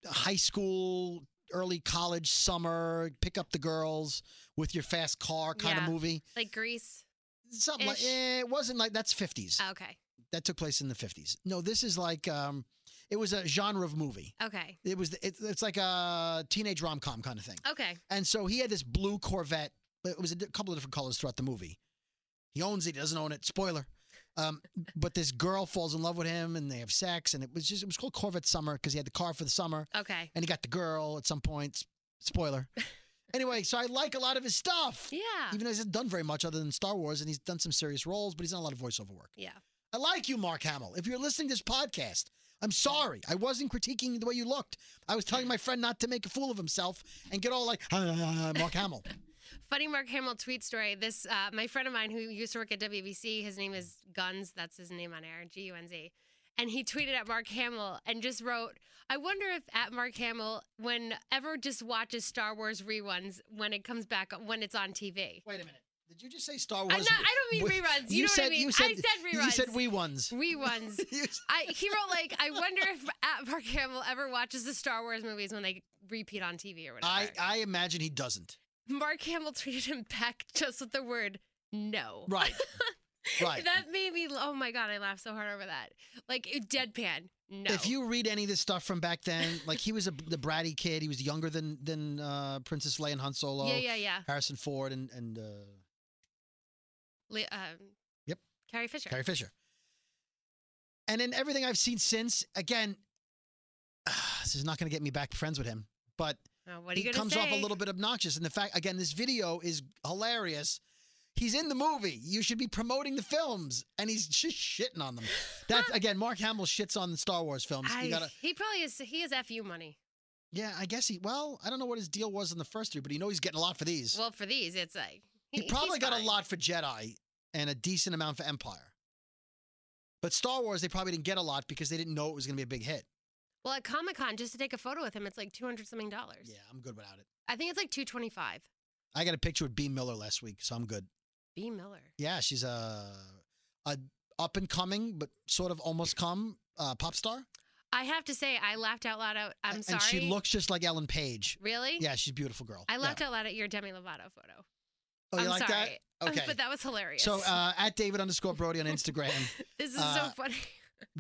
Speaker 2: high school, early college summer, pick up the girls with your fast car kind
Speaker 3: Yeah.
Speaker 2: of movie.
Speaker 3: Like Greece.
Speaker 2: Something like
Speaker 3: Ish.
Speaker 2: eh, it wasn't like that's 50s.
Speaker 3: okay.
Speaker 2: that took place in the 50s. No, this is like um it was a genre of movie.
Speaker 3: Okay.
Speaker 2: It was it, it's like a teenage rom-com kind of thing.
Speaker 3: Okay.
Speaker 2: And so he had this blue Corvette. but It was a di- couple of different colors throughout the movie. He owns it. He doesn't own it. Spoiler. Um, but this girl falls in love with him, and they have sex, and it was just it was called Corvette Summer because he had the car for the summer
Speaker 3: Okay.
Speaker 2: and he got the girl at some point. S- Spoiler. anyway, so I like a lot of his stuff.
Speaker 3: Yeah.
Speaker 2: Even though he hasn't done very much other than Star Wars, and he's done some serious roles, but he's done a lot of voiceover work.
Speaker 3: yeah.
Speaker 2: I like you, Mark Hamill. If you're listening to this podcast, I'm sorry. I wasn't critiquing the way you looked. I was telling my friend not to make a fool of himself and get all like, Mark Hamill.
Speaker 3: Funny Mark Hamill tweet story. This uh, my friend of mine who used to work at WBC. His name is Guns. That's his name on air. G U N Z. And he tweeted at Mark Hamill and just wrote, "I wonder if at Mark Hamill, whenever just watches Star Wars reruns when it comes back when it's on TV."
Speaker 2: Wait a minute. Did you just say Star Wars?
Speaker 3: I'm not, I don't mean
Speaker 2: we-
Speaker 3: reruns. You, know
Speaker 2: said,
Speaker 3: what I mean.
Speaker 2: You said,
Speaker 3: I said reruns.
Speaker 2: You said we ones.
Speaker 3: reruns.
Speaker 2: You s-
Speaker 3: I he wrote like I wonder if at Mark Hamill ever watches the Star Wars movies when they repeat on TV or whatever.
Speaker 2: I, I imagine he doesn't.
Speaker 3: Mark Hamill tweeted him back just with the word no.
Speaker 2: Right. right.
Speaker 3: That made me oh my god, I laughed so hard over that. Like it- deadpan. No.
Speaker 2: If you read any of this stuff from back then, like he was a, the bratty kid. He was younger than than uh, Princess Leia and Han Solo,
Speaker 3: Yeah, yeah, yeah.
Speaker 2: Harrison Ford, and and uh,
Speaker 3: Le- um,
Speaker 2: Yep.
Speaker 3: Carrie Fisher.
Speaker 2: Carrie Fisher. And then everything I've seen since, again, this is not going to get me back friends with him. But
Speaker 3: Oh, what are
Speaker 2: he
Speaker 3: you gonna
Speaker 2: comes
Speaker 3: say?
Speaker 2: off a little bit obnoxious, and the fact again, this video is hilarious. He's in the movie. You should be promoting the films, and he's just shitting on them. That again, Mark Hamill shits on the Star Wars films.
Speaker 3: I,
Speaker 2: you gotta,
Speaker 3: he probably is he has FU money.
Speaker 2: Yeah, I guess he. Well, I don't know what his deal was in the first three, but you know he's getting a lot for these.
Speaker 3: Well, for these, it's like
Speaker 2: he
Speaker 3: he's
Speaker 2: probably got
Speaker 3: fine.
Speaker 2: a lot for Jedi and a decent amount for Empire. But Star Wars, they probably didn't get a lot because they didn't know it was going to be a big hit.
Speaker 3: Well, at Comic Con, just to take a photo with him, it's like two hundred something dollars.
Speaker 2: Yeah, I'm good without it.
Speaker 3: I think it's like two twenty five.
Speaker 2: I got a picture with B Miller last week, so I'm good.
Speaker 3: B. Miller.
Speaker 2: Yeah, she's a, a up and coming, but sort of almost come uh, pop star.
Speaker 3: I have to say, I laughed out loud. Out, I'm
Speaker 2: and
Speaker 3: sorry.
Speaker 2: she looks just like Ellen Page.
Speaker 3: really.
Speaker 2: Yeah, she's a beautiful girl.
Speaker 3: I
Speaker 2: Yeah.
Speaker 3: laughed out loud at your Demi Lovato photo.
Speaker 2: Oh, you
Speaker 3: I'm
Speaker 2: like
Speaker 3: sorry.
Speaker 2: that? Okay.
Speaker 3: But that was hilarious.
Speaker 2: so uh, at David underscore Brody on Instagram,
Speaker 3: this is
Speaker 2: uh,
Speaker 3: so funny.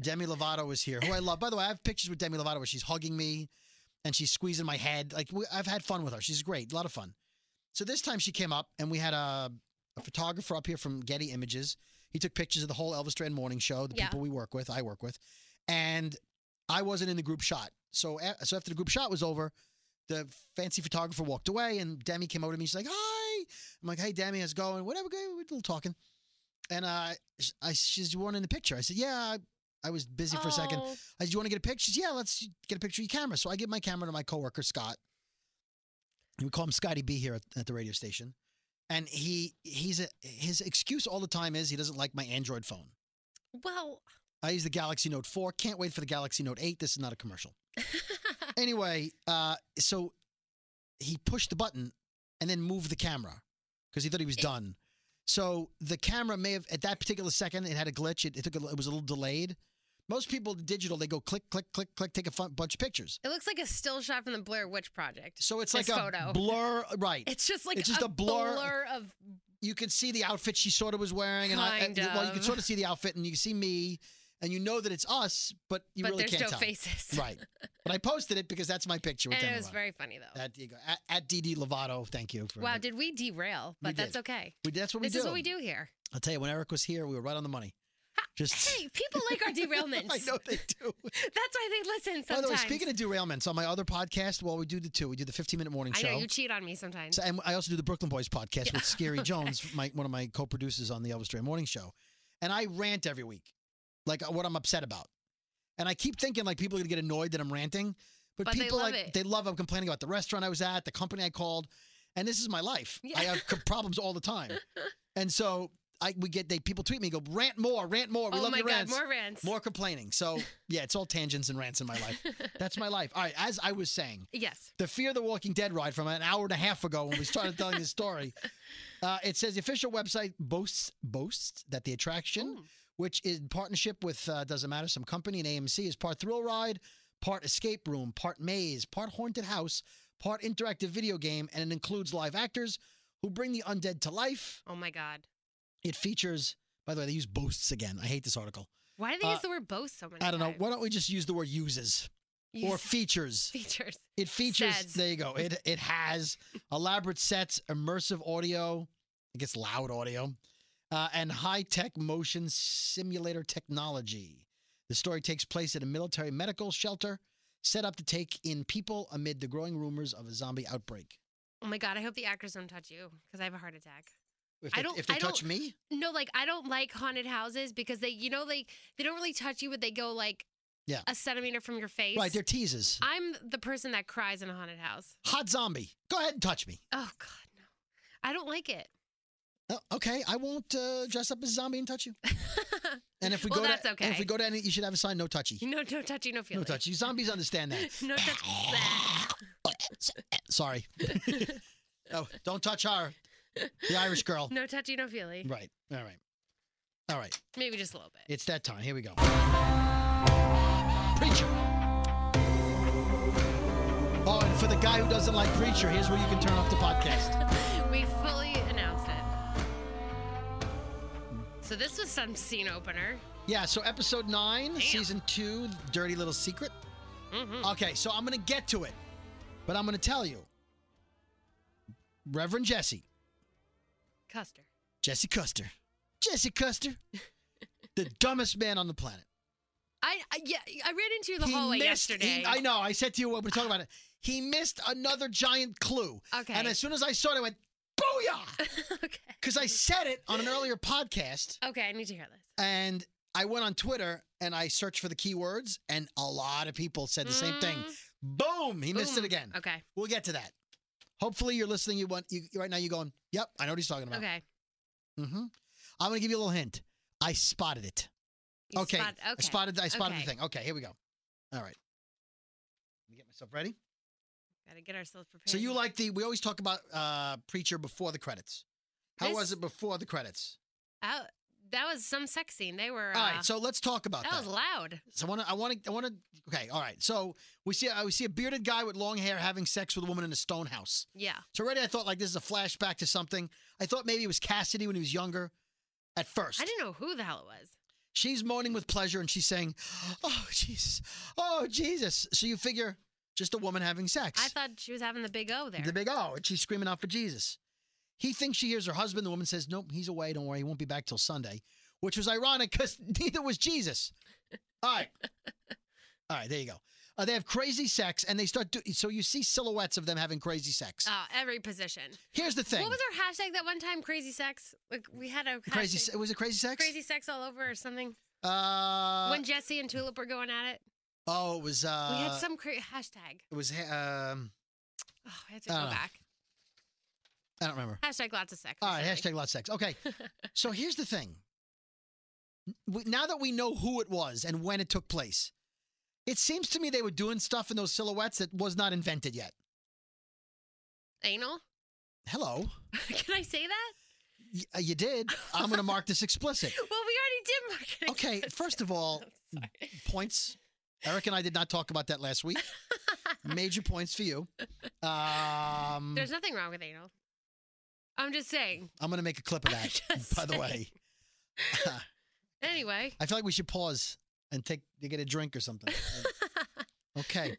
Speaker 2: Demi Lovato was here, who I love. By the way, I have pictures with Demi Lovato where she's hugging me and she's squeezing my head. Like we, I've had fun with her. She's great, a lot of fun. So this time she came up and we had a, a photographer up here from Getty Images. He took pictures of the whole Elvis Duran morning show, the
Speaker 3: Yeah.
Speaker 2: people we work with, I work with, and I wasn't in the group shot. So a- so after the group shot was over, the fancy photographer walked away and Demi came over to me. She's like, "Hi." I'm like, "Hey, Demi, how's it going? Whatever, good. We're a little talking." And uh, sh- I, she's one in the picture. I said, "Yeah, I, I was busy for a second.
Speaker 3: Oh,
Speaker 2: I said, you want to get a picture? She said, yeah, let's get a picture of your camera. So I give my camera to my coworker, Scott. And we call him Scotty B here at, at the radio station. And he he's a, his excuse all the time is he doesn't like my Android phone.
Speaker 3: Well,
Speaker 2: I use the Galaxy Note 4. Can't wait for the Galaxy Note 8. This is not a commercial. anyway, uh, so he pushed the button and then moved the camera because he thought he was
Speaker 3: It-
Speaker 2: done. So the camera may have, at that particular second, it had a glitch. It, it took a, it was a little delayed. Most people digital, they go click, click, click, click, take a fun, bunch of pictures.
Speaker 3: it looks like a still shot from the Blair Witch Project.
Speaker 2: So it's
Speaker 3: This
Speaker 2: like a
Speaker 3: photo.
Speaker 2: blur, right?
Speaker 3: It's just like
Speaker 2: It's just a blur-
Speaker 3: blur, of
Speaker 2: you could see the outfit she sort of was wearing, and I,
Speaker 3: Kind
Speaker 2: and- well, you could
Speaker 3: of.
Speaker 2: sort of see the outfit, and you can see me, and you know that it's us, but you
Speaker 3: but
Speaker 2: really
Speaker 3: there's
Speaker 2: can't
Speaker 3: no
Speaker 2: tell.
Speaker 3: faces.
Speaker 2: Right. But I posted it because that's my picture with
Speaker 3: And
Speaker 2: Demi
Speaker 3: it was
Speaker 2: Lovato.
Speaker 3: very funny though.
Speaker 2: That you go. At, at DD Lovato, thank you. For
Speaker 3: wow, did we derail?
Speaker 2: We
Speaker 3: But that's
Speaker 2: did.
Speaker 3: okay.
Speaker 2: we, that's what we
Speaker 3: this
Speaker 2: do.
Speaker 3: is what we do here.
Speaker 2: I'll tell you, when Eric was here, we were right on the money. Just
Speaker 3: Hey, people like our derailments.
Speaker 2: I know they do.
Speaker 3: That's why they listen
Speaker 2: By
Speaker 3: sometimes.
Speaker 2: the way, speaking of derailments, on my other podcast, well, we do the two. We do the 15 minute morning
Speaker 3: I
Speaker 2: show.
Speaker 3: know you cheat on me sometimes.
Speaker 2: So, and I also do the Brooklyn Boys podcast
Speaker 3: Yeah,
Speaker 2: with Scary Jones, my, one of my co-producers on the Elvis Duran Morning Show, and I rant every week, like uh, what I'm upset about, and I keep thinking like people are gonna get annoyed that I'm ranting, but,
Speaker 3: But they
Speaker 2: people
Speaker 3: love
Speaker 2: like
Speaker 3: it.
Speaker 2: they love I'm complaining about the restaurant I was at, the company I called, and this is my life. I
Speaker 3: Yeah.
Speaker 2: have co- problems all the time, and so I we get they people tweet me go rant more, rant more. We
Speaker 3: oh
Speaker 2: love
Speaker 3: my
Speaker 2: your
Speaker 3: god,
Speaker 2: rants.
Speaker 3: more rants.
Speaker 2: more complaining. So, yeah, it's all tangents and rants in my life. That's my life. All right, as I was saying,
Speaker 3: yes.
Speaker 2: the Fear the Walking Dead ride from an hour and a half ago when we started telling this story. Uh, it says the official website boasts boasts that the attraction,
Speaker 3: Ooh.
Speaker 2: which is in partnership with uh, doesn't matter some company and AMC, is part thrill ride, part escape room, part maze, part haunted house, part interactive video game, and it includes live actors who bring the undead to life.
Speaker 3: Oh my god.
Speaker 2: It features, by the way, they use boasts again. I hate this article.
Speaker 3: Why do they
Speaker 2: Uh,
Speaker 3: use the word boast so many
Speaker 2: I don't know.
Speaker 3: times?
Speaker 2: Why don't we just use the word uses
Speaker 3: You
Speaker 2: or
Speaker 3: said
Speaker 2: features?
Speaker 3: features.
Speaker 2: It features.
Speaker 3: Says.
Speaker 2: There you go. It it has elaborate sets, immersive audio. I guess loud audio, uh, and high tech motion simulator technology. The story takes place at a military medical shelter set up to take in people amid the growing rumors of a zombie outbreak.
Speaker 3: Oh my god, I hope the actors don't touch you because I have a heart attack.
Speaker 2: If
Speaker 3: I
Speaker 2: they,
Speaker 3: don't-
Speaker 2: if they
Speaker 3: I don't-
Speaker 2: touch me,
Speaker 3: No, like I don't like haunted houses because they, you know, like they don't really touch you, but they go like
Speaker 2: Yeah.
Speaker 3: a centimeter from your face.
Speaker 2: right? They're teases.
Speaker 3: I'm the person that cries in a haunted house.
Speaker 2: Hot zombie. Go ahead and touch me.
Speaker 3: Oh God, no, I don't like it.
Speaker 2: Oh, okay, I won't uh, dress up as a zombie and touch you. And if we
Speaker 3: Well,
Speaker 2: go, to-
Speaker 3: that's
Speaker 2: and if
Speaker 3: okay.
Speaker 2: we go to any, you should have a sign: no touchy,
Speaker 3: no, no touching, no
Speaker 2: no
Speaker 3: feeling.
Speaker 2: touchy. Zombies understand that.
Speaker 3: no touch. Bleh.
Speaker 2: Sorry. oh, don't touch her. The Irish girl.
Speaker 3: No touchy, no feely.
Speaker 2: Right. All right. All right.
Speaker 3: Maybe just a little bit.
Speaker 2: It's that time. Here we go. Preacher. Oh, and for the guy who doesn't like Preacher, here's where you can turn off the podcast.
Speaker 3: We fully announced it. So this was some scene opener.
Speaker 2: Yeah, so episode nine,
Speaker 3: Damn.
Speaker 2: season two, Dirty Little Secret.
Speaker 3: Mhm.
Speaker 2: Okay, so I'm going to get to it, but I'm going to tell you Reverend Jesse,
Speaker 3: Custer.
Speaker 2: Jesse Custer, Jesse Custer, the dumbest man on the planet.
Speaker 3: I, I yeah, I ran into you in the
Speaker 2: He
Speaker 3: hallway
Speaker 2: missed- he-
Speaker 3: yesterday.
Speaker 2: I know. I said to you, we're talking about it. He missed another giant clue.
Speaker 3: Okay.
Speaker 2: And as soon as I saw it, I went, booyah!
Speaker 3: okay.
Speaker 2: Because I said it on an earlier podcast,
Speaker 3: Okay, I need to hear this.
Speaker 2: and I went on Twitter and I searched for the keywords, and a lot of people said the same thing.
Speaker 3: Mm,
Speaker 2: Boom! He missed it
Speaker 3: boom.
Speaker 2: again.
Speaker 3: Okay.
Speaker 2: We'll get to that. Hopefully, you're listening. You want you right now. You're going. Yep, I know what he's talking about.
Speaker 3: Okay.
Speaker 2: Mm-hmm. I'm gonna give you a little hint. I spotted it.
Speaker 3: You
Speaker 2: okay.
Speaker 3: spot-
Speaker 2: I spotted. I spotted
Speaker 3: Okay.
Speaker 2: the thing. Okay. Here we go. All right. Let me get myself ready.
Speaker 3: Gotta get ourselves prepared.
Speaker 2: So you like the? We always talk about uh, preacher before the credits. How was
Speaker 3: This-
Speaker 2: it before the credits?
Speaker 3: out Oh, that was some sex scene. They were.
Speaker 2: All
Speaker 3: uh,
Speaker 2: right, so let's talk about
Speaker 3: that,
Speaker 2: that.
Speaker 3: was loud.
Speaker 2: So I want to, I want to, I want to. Okay, all right. So we see, uh, we see a bearded guy with long hair having sex with a woman in a stone house.
Speaker 3: Yeah.
Speaker 2: So already, I thought like this is a flashback to something. I thought maybe it was Cassidy when he was younger. At first,
Speaker 3: I didn't know who the hell it was.
Speaker 2: she's moaning with pleasure and she's saying, "Oh Jesus, oh Jesus." So you figure just a woman having sex.
Speaker 3: I thought she was having the big O there.
Speaker 2: The big O, and she's screaming out for Jesus. He thinks she hears her husband. The woman says, Nope, he's away. Don't worry. He won't be back till Sunday, which was ironic because neither was Jesus. All right. All right, there you go. Uh, they have crazy sex, and they start do- so you see silhouettes of them having crazy sex.
Speaker 3: Oh, every position.
Speaker 2: Here's the thing.
Speaker 3: What was our hashtag that one time? Crazy sex. Like we had a hashtag,
Speaker 2: crazy se- was it crazy sex?
Speaker 3: crazy sex all over or something.
Speaker 2: Uh,
Speaker 3: when Jesse and Tulip were going at it,
Speaker 2: oh, it was uh,
Speaker 3: we had some cra- hashtag.
Speaker 2: it was ha- um,
Speaker 3: Oh, I have to
Speaker 2: I
Speaker 3: go
Speaker 2: don't know.
Speaker 3: back.
Speaker 2: I don't remember.
Speaker 3: Hashtag lots of sex.
Speaker 2: uh, All right,
Speaker 3: Sorry.
Speaker 2: hashtag lot sex. Okay, so here's the thing. N- we- Now that we know who it was and when it took place, it seems to me they were doing stuff in those silhouettes that was not invented yet.
Speaker 3: Anal?
Speaker 2: Hello,
Speaker 3: Can I say that?
Speaker 2: Y- uh, you did. I'm going to mark this explicit.
Speaker 3: Well, we already did market.
Speaker 2: Okay, first of all, mm-hmm. points. Eric and I did not talk about that last week. Major points for you. Um,
Speaker 3: There's nothing wrong with anal. I'm just saying.
Speaker 2: I'm going to make a clip of
Speaker 3: I'm
Speaker 2: that.
Speaker 3: just
Speaker 2: By the
Speaker 3: saying.
Speaker 2: way,
Speaker 3: Anyway,
Speaker 2: I feel like we should pause and take to get a drink or something. Okay.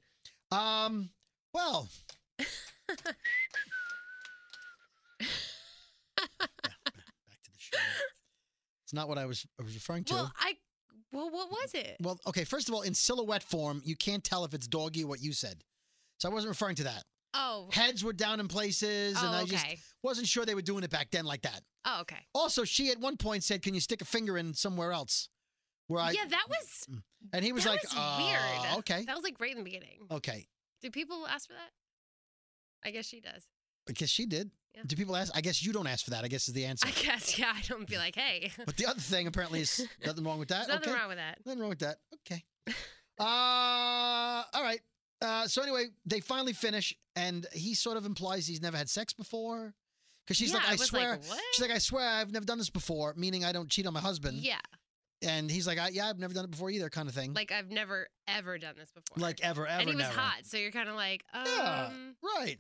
Speaker 2: Um. Well. Back to the show. It's not what I was I was referring to.
Speaker 3: well,
Speaker 2: Well,
Speaker 3: I. Well, what was it?
Speaker 2: okay. First of all, in silhouette form, you can't tell if it's doggy or what you said. So I wasn't referring to that.
Speaker 3: Oh.
Speaker 2: Heads were down in places, and
Speaker 3: Oh,
Speaker 2: I just
Speaker 3: okay.
Speaker 2: wasn't sure they were doing it back then like that.
Speaker 3: Oh, okay.
Speaker 2: Also, she at one point said, "Can you stick a finger in somewhere else?" Where I
Speaker 3: yeah, that was.
Speaker 2: and he was
Speaker 3: that
Speaker 2: like,
Speaker 3: was
Speaker 2: "Uh,
Speaker 3: weird.
Speaker 2: okay,
Speaker 3: That was like right in the beginning.
Speaker 2: okay."
Speaker 3: Do people ask for that? I guess she does.
Speaker 2: Because she did.
Speaker 3: Yeah.
Speaker 2: Do people ask? I guess you don't ask for that. I guess is the answer.
Speaker 3: I guess. Yeah, I don't be like, hey,
Speaker 2: But the other thing apparently is nothing wrong with that.
Speaker 3: there's nothing
Speaker 2: okay.
Speaker 3: wrong with that.
Speaker 2: Nothing wrong with that. Okay. Uh all right. Uh so anyway, they finally finish and he sort of implies he's never had sex before. Cause she's
Speaker 3: yeah,
Speaker 2: like, I,
Speaker 3: was
Speaker 2: swear
Speaker 3: Like, what?
Speaker 2: she's like, I swear I've never done this before, meaning I don't cheat on my husband.
Speaker 3: yeah,
Speaker 2: And he's like, I, yeah, I've never done it before either, kind of thing.
Speaker 3: like I've never ever done this before.
Speaker 2: Like, ever, ever.
Speaker 3: and he was
Speaker 2: never.
Speaker 3: hot, so you're kind of like, um,
Speaker 2: Yeah. Right.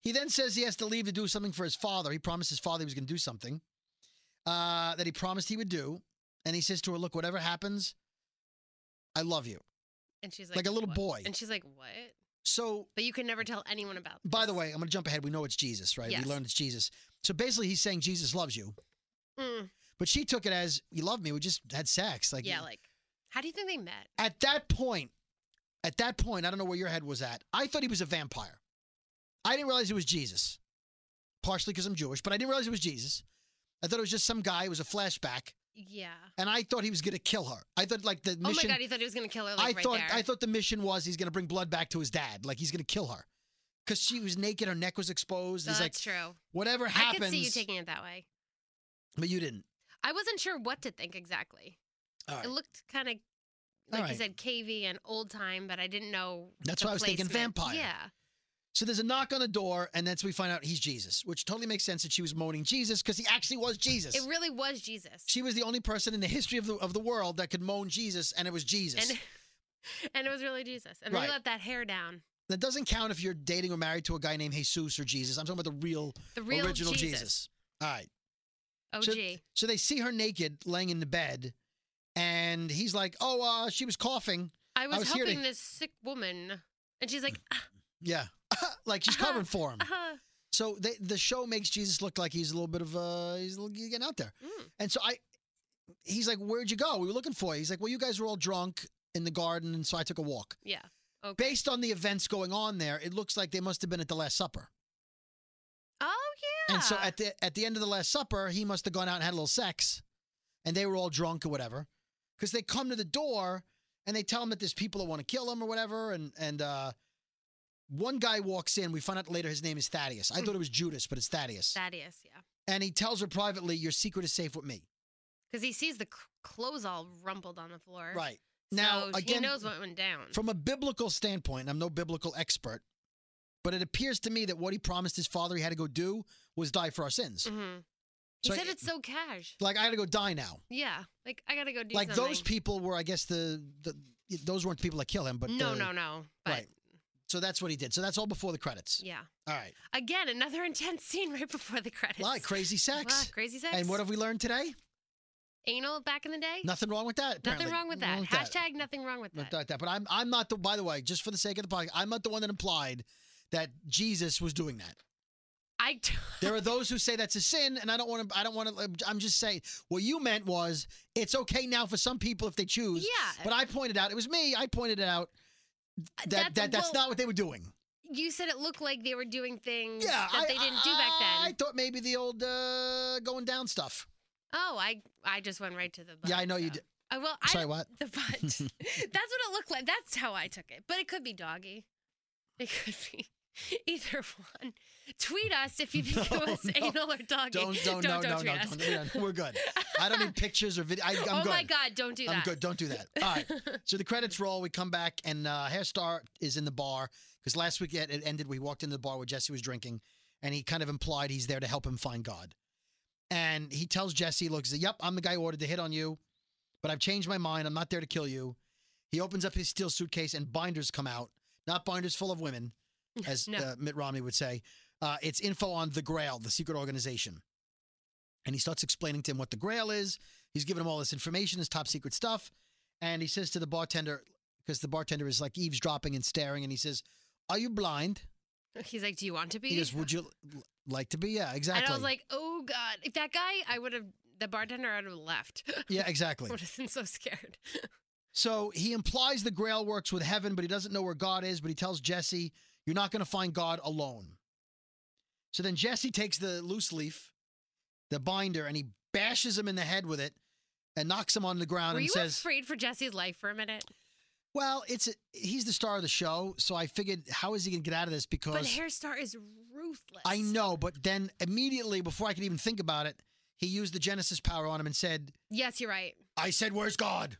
Speaker 2: He then says he has to leave to do something for his father. He promised his father he was going to do something uh, that he promised he would do. And he says to her, Look, whatever happens, I love you.
Speaker 3: and she's like,
Speaker 2: Like, a little
Speaker 3: "What?"
Speaker 2: boy.
Speaker 3: and she's like, what?
Speaker 2: So,
Speaker 3: But you can never tell anyone about.
Speaker 2: by the
Speaker 3: this.
Speaker 2: way, I'm going to jump ahead. We know it's Jesus, right?
Speaker 3: Yes.
Speaker 2: We learned it's Jesus. So basically, he's saying Jesus loves you.
Speaker 3: Mm,
Speaker 2: But she took it as, You love me. We just had sex. Like,
Speaker 3: yeah, like, how do you think they met?
Speaker 2: at that point, at that point, I don't know where your head was at. I thought he was a vampire. I didn't realize it was Jesus, partially because I'm Jewish, but I didn't realize it was Jesus. I thought it was just some guy. It was a flashback,
Speaker 3: Yeah.
Speaker 2: and I thought he was going to kill her. I thought like the
Speaker 3: Oh
Speaker 2: mission.
Speaker 3: my god, he thought he was gonna kill her. Like,
Speaker 2: I
Speaker 3: right
Speaker 2: thought
Speaker 3: there.
Speaker 2: I thought the mission was he's going to bring blood back to his dad. Like he's going to kill her because she was naked. Her neck was exposed.
Speaker 3: No,
Speaker 2: he's
Speaker 3: that's
Speaker 2: like,
Speaker 3: true.
Speaker 2: whatever happens,
Speaker 3: I could see you taking it that way.
Speaker 2: but you didn't.
Speaker 3: I wasn't sure what to think exactly.
Speaker 2: All right.
Speaker 3: It looked kind of
Speaker 2: All
Speaker 3: like you
Speaker 2: right.
Speaker 3: said cavey and old time, but I didn't know.
Speaker 2: That's
Speaker 3: the
Speaker 2: why I was thinking
Speaker 3: placement.
Speaker 2: vampire.
Speaker 3: Yeah.
Speaker 2: So there's a knock on the door, and that's when we find out he's Jesus, which totally makes sense that she was moaning Jesus because he actually was Jesus.
Speaker 3: It really was Jesus.
Speaker 2: She was the only person in the history of the of the world that could moan Jesus, and it was Jesus.
Speaker 3: and, and it was really Jesus. And they
Speaker 2: Right.
Speaker 3: let that hair down.
Speaker 2: that doesn't count if you're dating or married to a guy named Jesus or Jesus. I'm talking about the real,
Speaker 3: The real
Speaker 2: original Jesus. All right.
Speaker 3: OG.
Speaker 2: So, so they see her naked, laying in the bed, and he's like, "Oh, uh, she was coughing.
Speaker 3: I was,
Speaker 2: was here to- Mm-hmm.
Speaker 3: helping this sick woman, and she's like, ah,
Speaker 2: Yeah, like she's covering for him."
Speaker 3: ah.
Speaker 2: So they, the show makes Jesus look like he's a little bit of uh, he's a little he's getting out there.
Speaker 3: Mm.
Speaker 2: And so I, he's like, "Where'd you go? We were looking for you." He's like, "Well, you guys were all drunk in the garden, and so I took a walk."
Speaker 3: yeah. Okay.
Speaker 2: based on the events going on there, it looks like they must have been at the Last Supper.
Speaker 3: oh yeah.
Speaker 2: And so at the at the end of the Last Supper, he must have gone out and had a little sex, and they were all drunk or whatever, because they come to the door and they tell him that there's people that want to kill him or whatever, and and uh, one guy walks in. We find out later his name is Thaddeus.
Speaker 3: Hmm.
Speaker 2: I thought it was Judas, but it's Thaddeus.
Speaker 3: Thaddeus, yeah,
Speaker 2: and he tells her privately, "Your secret is safe with me."
Speaker 3: because he sees the cl- clothes all rumpled on the floor.
Speaker 2: Right
Speaker 3: So
Speaker 2: now,
Speaker 3: he
Speaker 2: again,
Speaker 3: knows what went down.
Speaker 2: from a biblical standpoint, and I'm no biblical expert, but it appears to me that what he promised his father he had to go do was die for our sins.
Speaker 3: Mhm. He
Speaker 2: So I-
Speaker 3: said it's so cash.
Speaker 2: Like I gotta go die now.
Speaker 3: Yeah, like I gotta go do
Speaker 2: like
Speaker 3: something.
Speaker 2: those people were, I guess the, the those weren't the people that kill him, but
Speaker 3: no,
Speaker 2: the-
Speaker 3: no, no. But
Speaker 2: right. So that's what he did. So that's all before the credits.
Speaker 3: yeah,
Speaker 2: All right,
Speaker 3: again, another intense scene right before the credits.
Speaker 2: a lot of crazy sex.
Speaker 3: Wow, crazy sex.
Speaker 2: And what have we learned today?
Speaker 3: anal back in the day?
Speaker 2: Nothing wrong with that.
Speaker 3: nothing
Speaker 2: apparently.
Speaker 3: wrong with that. Hashtag nothing wrong with
Speaker 2: Not
Speaker 3: that.
Speaker 2: like that. But I'm I'm not the. By the way, just for the sake of the podcast, I'm not the one that implied that Jesus was doing that.
Speaker 3: I t-
Speaker 2: There are those who say that's a sin, and I don't want to. I don't want to. I'm just saying what you meant was it's okay now for some people if they choose.
Speaker 3: Yeah.
Speaker 2: But I pointed out it was me. I pointed it out that
Speaker 3: That's-
Speaker 2: that's, that that's
Speaker 3: well,
Speaker 2: not what they were doing.
Speaker 3: you said it looked like they were doing things
Speaker 2: Yeah.
Speaker 3: that
Speaker 2: I,
Speaker 3: they didn't do back
Speaker 2: I
Speaker 3: then.
Speaker 2: thought maybe the old uh, going down stuff.
Speaker 3: oh, I I just went right to the butt.
Speaker 2: Yeah, I know you
Speaker 3: so.
Speaker 2: did.
Speaker 3: Uh, well, I
Speaker 2: Sorry,
Speaker 3: don't-
Speaker 2: what?
Speaker 3: the butt. That's what it looked like. That's how I took it. But it could be doggy. It could be either one. Tweet us if you think
Speaker 2: No,
Speaker 3: it was
Speaker 2: no.
Speaker 3: anal or doggy.
Speaker 2: Don't don't no no no
Speaker 3: tweet us.
Speaker 2: don't, don't, We're good. I don't need pictures or video. I, I'm
Speaker 3: oh
Speaker 2: good.
Speaker 3: my God! Don't do that.
Speaker 2: I'm good. Don't do that. All right. So the credits roll. We come back, and uh, Hairstar is in the bar because last week it it ended. We walked into the bar where Jesse was drinking, and he kind of implied he's there to help him find God. And he tells Jesse, "Look, he said, yep, I'm the guy who ordered the hit on you, but I've changed my mind. I'm not there to kill you." He opens up his steel suitcase, and binders come out. Not binders full of women, as
Speaker 3: No.
Speaker 2: uh, Mitt Romney would say. Uh, it's info on the Grail, the secret organization. And he starts explaining to him what the Grail is. He's giving him all this information, this top secret stuff. And he says to the bartender, because the bartender is like eavesdropping and staring, and he says, Are you blind?
Speaker 3: He's like, "Do you want to be?"
Speaker 2: He goes, Would you l- like to be? Yeah, exactly.
Speaker 3: And I was like, "Oh God!" If that guy, I would have. The bartender, I would have left.
Speaker 2: Yeah, exactly.
Speaker 3: I would have been so scared.
Speaker 2: So he implies the grail works with heaven, but he doesn't know where God is. But he tells Jesse, You're not going to find God alone. So then Jesse takes the loose leaf, the binder, and he bashes him in the head with it and knocks him on the ground
Speaker 3: Were
Speaker 2: and
Speaker 3: you
Speaker 2: says,
Speaker 3: afraid for Jesse's life for a minute?
Speaker 2: Well, it's a, he's the star of the show. So I figured, How is he going to get out of this?
Speaker 3: But
Speaker 2: Because
Speaker 3: Hairstar is ruthless.
Speaker 2: I know, but then immediately before I could even think about it, he used the Genesis power on him and said,
Speaker 3: Yes, you're right.
Speaker 2: I said, Where's God?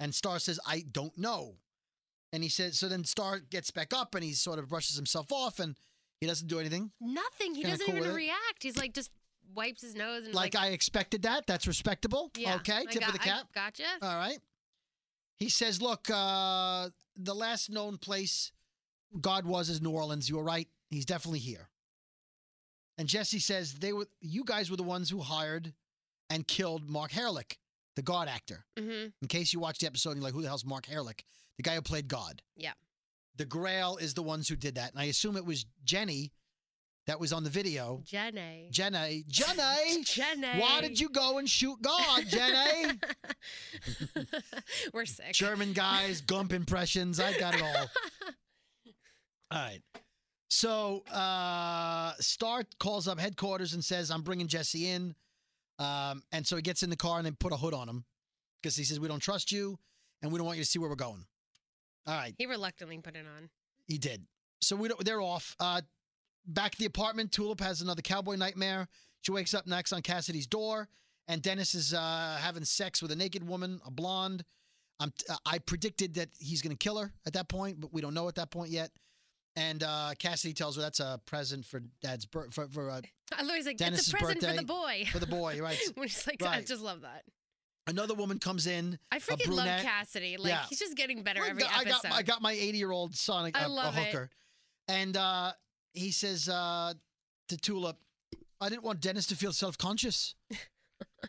Speaker 2: And Star says, I don't know. And he says, So then Star gets back up and he sort of brushes himself off and he doesn't do anything.
Speaker 3: Nothing. He
Speaker 2: Kinda
Speaker 3: doesn't
Speaker 2: cool
Speaker 3: even
Speaker 2: with it.
Speaker 3: react. He's like just wipes his nose and is
Speaker 2: Like,
Speaker 3: like,
Speaker 2: I expected that. That's respectable.
Speaker 3: yeah,
Speaker 2: okay.
Speaker 3: I
Speaker 2: Tip
Speaker 3: got-
Speaker 2: of the
Speaker 3: I
Speaker 2: cap. Uh,
Speaker 3: gotcha.
Speaker 2: All right. He says, Look, uh, the last known place God was is New Orleans. You were right. He's definitely here. And Jesse says, They were you guys were the ones who hired and killed Mark Herlick, the God actor.
Speaker 3: hmm
Speaker 2: In case you watched the episode and you're like, who the hell's Mark Herlick? The guy who played God.
Speaker 3: Yeah.
Speaker 2: The Grail is the ones who did that. And I assume it was Jenny that was on the video.
Speaker 3: Jenny.
Speaker 2: Jenny. Jenny!
Speaker 3: Jenny.
Speaker 2: why did you go and shoot God, Jenny?
Speaker 3: We're sick.
Speaker 2: German guys, Gump impressions. I got it all. All right. So uh Star calls up headquarters and says, I'm bringing Jesse in. Um, and so he gets in the car and they put a hood on him because he says, We don't trust you and we don't want you to see where we're going. All right.
Speaker 3: He reluctantly put it on.
Speaker 2: He did. So we don't, they're off. Uh, back at the apartment, Tulip has another cowboy nightmare. She wakes up next on Cassidy's door, and Dennis is uh, having sex with a naked woman, a blonde. I'm t- I predicted that he's going to kill her at that point, but we don't know at that point yet. And uh, Cassidy tells her that's a present for Dad's bir- for for, uh,
Speaker 3: And Louis like, it's
Speaker 2: Dennis's
Speaker 3: a present for
Speaker 2: birthday.
Speaker 3: the boy.
Speaker 2: for the boy, right?
Speaker 3: We're just like, I
Speaker 2: Right.
Speaker 3: just love that.
Speaker 2: Another woman comes in.
Speaker 3: I freaking love
Speaker 2: brunette.
Speaker 3: Cassidy. Like
Speaker 2: Yeah.
Speaker 3: he's just getting better
Speaker 2: Well,
Speaker 3: every
Speaker 2: I
Speaker 3: episode.
Speaker 2: got I got my 80 year old son, a,
Speaker 3: I
Speaker 2: a- a
Speaker 3: love it.
Speaker 2: hooker, and uh, he says uh, to Tulip, "I didn't want Dennis to feel self conscious,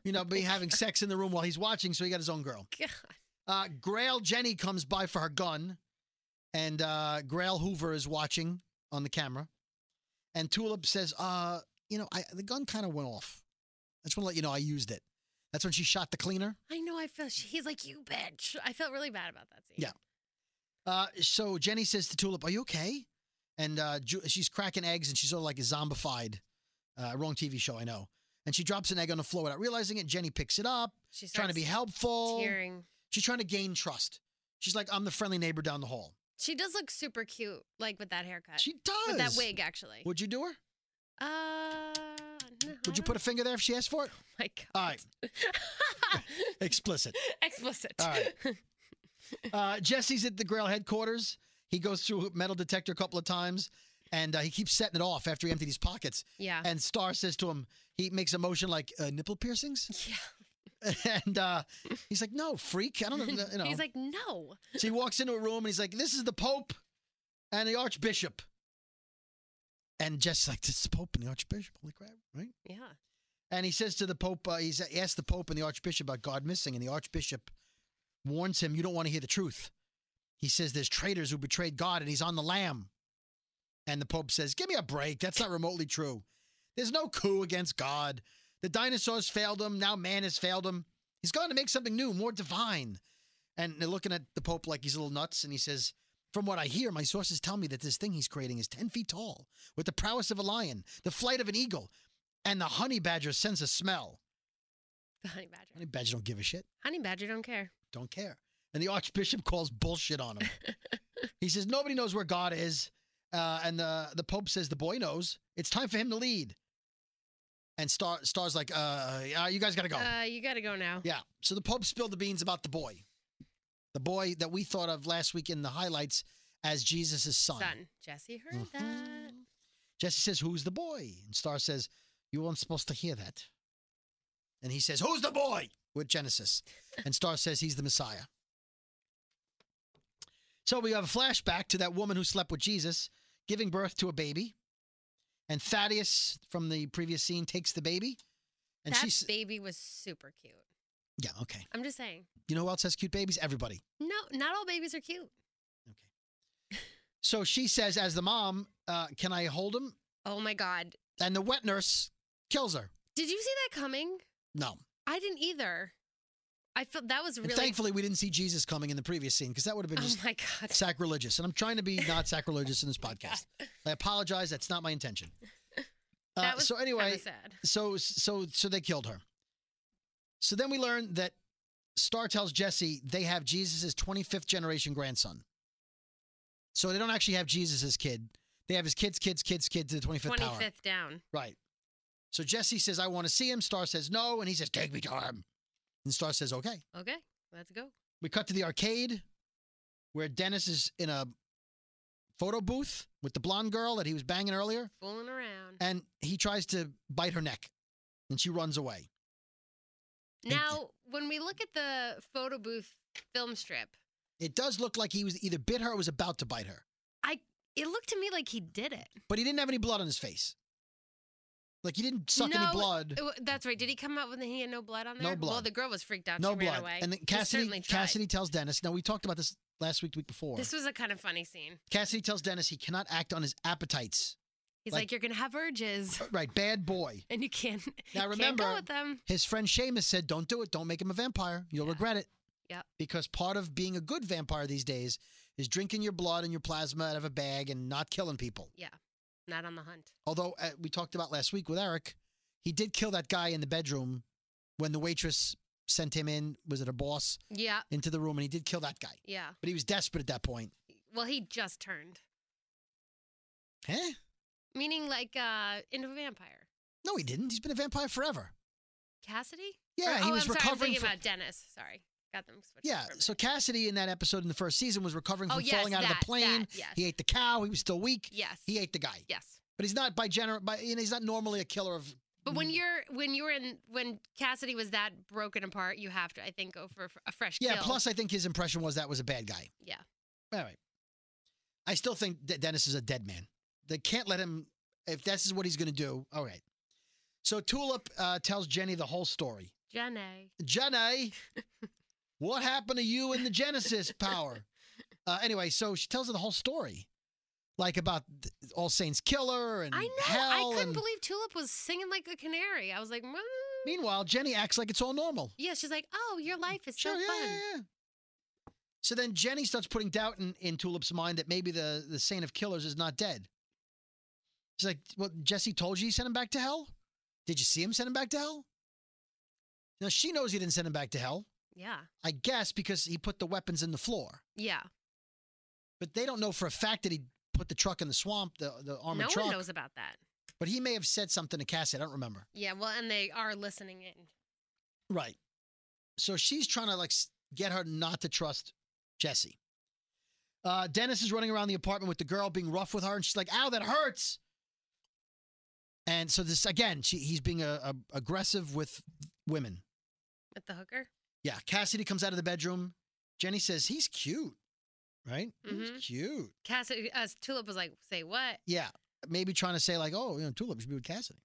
Speaker 2: you know, be having sex in the room while he's watching, so he got his own girl." Uh,
Speaker 3: God.
Speaker 2: Grail Jenny comes by for her gun, and uh, Grail Hoover is watching on the camera, and Tulip says, "Uh, you know, I, the gun kind of went off. I just want to let you know I used it." That's when she shot the cleaner.
Speaker 3: I know. I feel she's like you, bitch. I felt really bad about that scene.
Speaker 2: Yeah. Uh, so Jenny says to Tulip, "Are you okay?" And uh, Ju- she's cracking eggs, and she's sort of like zombified. Uh, wrong TV show, I know. And she drops an egg on the floor without realizing it. Jenny picks it up,
Speaker 3: She's
Speaker 2: trying to be helpful.
Speaker 3: Tearing.
Speaker 2: She's trying to gain trust. She's like, "I'm the friendly neighbor down the hall."
Speaker 3: She does look super cute, like with that haircut.
Speaker 2: She does.
Speaker 3: Uh, with that wig, actually.
Speaker 2: Would you do her?
Speaker 3: uh, no, I
Speaker 2: Would you
Speaker 3: don't-
Speaker 2: put a finger there if she asked for it?
Speaker 3: Oh my God.
Speaker 2: All right, explicit.
Speaker 3: Explicit.
Speaker 2: All right. Uh, Jesse's at the Grail headquarters. He goes through metal detector a couple of times, and uh, he keeps setting it off after he emptied his pockets.
Speaker 3: yeah.
Speaker 2: And Star says to him, He makes a motion like uh, nipple piercings,
Speaker 3: Yeah.
Speaker 2: and uh, he's like, "No, freak! I don't know." You know.
Speaker 3: He's like, no.
Speaker 2: so he walks into a room and he's like, "This is the Pope and the Archbishop," and Jess's like, "This is the Pope and the Archbishop. Holy crap! Right?"
Speaker 3: Yeah.
Speaker 2: And he says to the Pope, uh, he's asked the Pope and the Archbishop about God missing, and the Archbishop warns him, You don't want to hear the truth. He says, There's traitors who betrayed God, and he's on the lamb. And the Pope says, Give me a break. That's not remotely true. There's no coup against God. The dinosaurs failed him. Now man has failed him. He's going to make something new, more divine. And they're looking at the Pope like he's a little nuts, and he says, From what I hear, my sources tell me that this thing he's creating is 10 feet tall, with the prowess of a lion, the flight of an eagle, and the honey badger sends a smell.
Speaker 3: The honey badger.
Speaker 2: Honey badger don't give a shit,
Speaker 3: Honey badger don't care.
Speaker 2: don't care. And the archbishop calls bullshit on him. he says nobody knows where God is, uh, and the the pope says the boy knows. It's time for him to lead. And Star Star's like, uh, uh, you guys gotta go.
Speaker 3: Uh, you got to go now.
Speaker 2: yeah. So the pope spilled the beans about the boy, the boy that we thought of last week in the highlights as Jesus' son.
Speaker 3: Son. Jesse heard
Speaker 2: Mhm.
Speaker 3: that.
Speaker 2: Jesse says, "Who's the boy?" And Star says, "You weren't supposed to hear that." And he says, "Who's the boy?" With Genesis, and Star says he's the Messiah. So we have a flashback to that woman who slept with Jesus, giving birth to a baby, and Thaddeus from the previous scene takes the baby, and
Speaker 3: that
Speaker 2: she's
Speaker 3: baby was super cute.
Speaker 2: yeah okay.
Speaker 3: I'm just saying.
Speaker 2: You know who else has cute babies? Everybody.
Speaker 3: No, not all babies are cute.
Speaker 2: Okay. So she says, as the mom, uh, "Can I hold him?"
Speaker 3: Oh my God.
Speaker 2: And the wet nurse kills her.
Speaker 3: Did you see that coming?
Speaker 2: No.
Speaker 3: I didn't either. I felt that was
Speaker 2: And
Speaker 3: really.
Speaker 2: thankfully, we didn't see Jesus coming in the previous scene because that would have been
Speaker 3: oh
Speaker 2: just
Speaker 3: my God. Oh
Speaker 2: sacrilegious. And I'm trying to be not sacrilegious in this podcast. I apologize. That's not my intention. Uh,
Speaker 3: That was
Speaker 2: so
Speaker 3: Kinda
Speaker 2: anyway,
Speaker 3: sad.
Speaker 2: so so so they killed her. So then we learn that Star tells Jesse they have Jesus' 25th generation grandson. So they don't actually have Jesus' kid. They have his kids, kids, kids, kids to the 25th, power.
Speaker 3: 25th down.
Speaker 2: Right. So Jesse says, I want to see him. Star says no. And he says, Take me to him. And Star says, Okay.
Speaker 3: Okay, let's go.
Speaker 2: We cut to the arcade where Dennis is in a photo booth with the blonde girl that he was banging earlier,
Speaker 3: Fooling around.
Speaker 2: and he tries to bite her neck, and she runs away. you.
Speaker 3: Now, when we look at the photo booth film strip,
Speaker 2: It does look like he was either bit her or was about to bite her,
Speaker 3: it looked to me like he did it.
Speaker 2: but he didn't have any blood on his face. Like he didn't suck any
Speaker 3: No,
Speaker 2: blood,
Speaker 3: It wa- That's right. Did he come out when he had no blood on
Speaker 2: No
Speaker 3: there? Well,
Speaker 2: blood.
Speaker 3: the girl was freaked out.
Speaker 2: no
Speaker 3: she Ran
Speaker 2: blood.
Speaker 3: away.
Speaker 2: And then
Speaker 3: He
Speaker 2: Cassidy
Speaker 3: certainly tried.
Speaker 2: Cassidy tells Dennis. Now we talked about this last week, the week before.
Speaker 3: This was a kind of funny scene.
Speaker 2: Cassidy tells Dennis he cannot act on his appetites.
Speaker 3: He's
Speaker 2: Like-
Speaker 3: like, "You're gonna have urges,
Speaker 2: Right, bad boy.
Speaker 3: and you can't
Speaker 2: Now
Speaker 3: can't
Speaker 2: remember,
Speaker 3: go with them."
Speaker 2: His friend Seamus said, Don't do it. Don't make him a vampire. You'll
Speaker 3: Yeah.
Speaker 2: regret it.
Speaker 3: Yep.
Speaker 2: Because part of being a good vampire these days is drinking your blood and your plasma out of a bag and not killing people.
Speaker 3: Not on the hunt.
Speaker 2: Although, uh, we talked about last week with Eric, he did kill that guy in the bedroom when the waitress sent him in. Was it a boss?
Speaker 3: Yeah,
Speaker 2: Into the room, and he did kill that guy.
Speaker 3: yeah.
Speaker 2: But he was desperate at that point.
Speaker 3: Well, he just turned,
Speaker 2: Huh?
Speaker 3: meaning like uh into a vampire.
Speaker 2: No, he didn't. He's been a vampire forever.
Speaker 3: Cassidy?
Speaker 2: Yeah,
Speaker 3: Or-
Speaker 2: he
Speaker 3: oh,
Speaker 2: was
Speaker 3: I'm sorry, I'm
Speaker 2: recovering
Speaker 3: thinking
Speaker 2: from.
Speaker 3: about Dennis. Sorry, got them switched. up
Speaker 2: Yeah,
Speaker 3: for a
Speaker 2: so
Speaker 3: minute.
Speaker 2: Cassidy in that episode in the first season was recovering
Speaker 3: Oh,
Speaker 2: from
Speaker 3: yes,
Speaker 2: falling out of
Speaker 3: that-
Speaker 2: the plane.
Speaker 3: that, yes.
Speaker 2: He ate the cow. He was still weak.
Speaker 3: yes,
Speaker 2: He ate the guy.
Speaker 3: yes.
Speaker 2: But he's not by gener by you know, he's not normally a killer of
Speaker 3: But when
Speaker 2: Mm.
Speaker 3: you're when you're in when Cassidy was that broken apart, you have to I think go for a fr- a fresh
Speaker 2: Yeah,
Speaker 3: kill.
Speaker 2: plus I think his impression was that was a bad guy.
Speaker 3: Yeah.
Speaker 2: All right. I still think that Dennis is a dead man. They can't let him if this is what he's gonna do, all right. So Tulip uh, tells Jenny the whole story.
Speaker 3: Jenny.
Speaker 2: Jenny, what happened to you in the Genesis power? Uh, anyway, so she tells her the whole story. Like about th- All Saints Killer and
Speaker 3: I know.
Speaker 2: hell
Speaker 3: I couldn't
Speaker 2: and-
Speaker 3: believe Tulip was singing like a canary. I was like, "Mwah."
Speaker 2: Meanwhile, Jenny acts like it's all normal.
Speaker 3: yeah. She's like, oh, your life is so
Speaker 2: Mm, yeah,
Speaker 3: fun.
Speaker 2: yeah, yeah. So then Jenny starts putting doubt in, in Tulip's mind that maybe the, the Saint of Killers is not dead. She's like, Well, Jesse told you he sent him back to hell? Did you see him send him back to hell? Now she knows he didn't send him back to hell,
Speaker 3: Yeah,
Speaker 2: I guess, because he put the weapons in the floor.
Speaker 3: yeah.
Speaker 2: But they don't know for a fact that he put the truck in the swamp, the, the armored
Speaker 3: no
Speaker 2: truck.
Speaker 3: one knows about that.
Speaker 2: But he may have said something to Cassie. I don't remember.
Speaker 3: Yeah. Well, and they are listening in.
Speaker 2: Right. So she's trying to like s- get her not to trust Jesse. Uh, Dennis is running around the apartment with the girl, being rough with her, and she's like, "Ow, that hurts." And so this again, she, he's being a, a, aggressive with women.
Speaker 3: with the hooker.
Speaker 2: Yeah, Cassidy comes out of the bedroom. Jenny says he's cute, right?
Speaker 3: Mhm.
Speaker 2: He's cute.
Speaker 3: Cassidy, uh, Tulip was like, "Say what?"
Speaker 2: Yeah, maybe trying to say like, oh, you know, Tulip should be with Cassidy.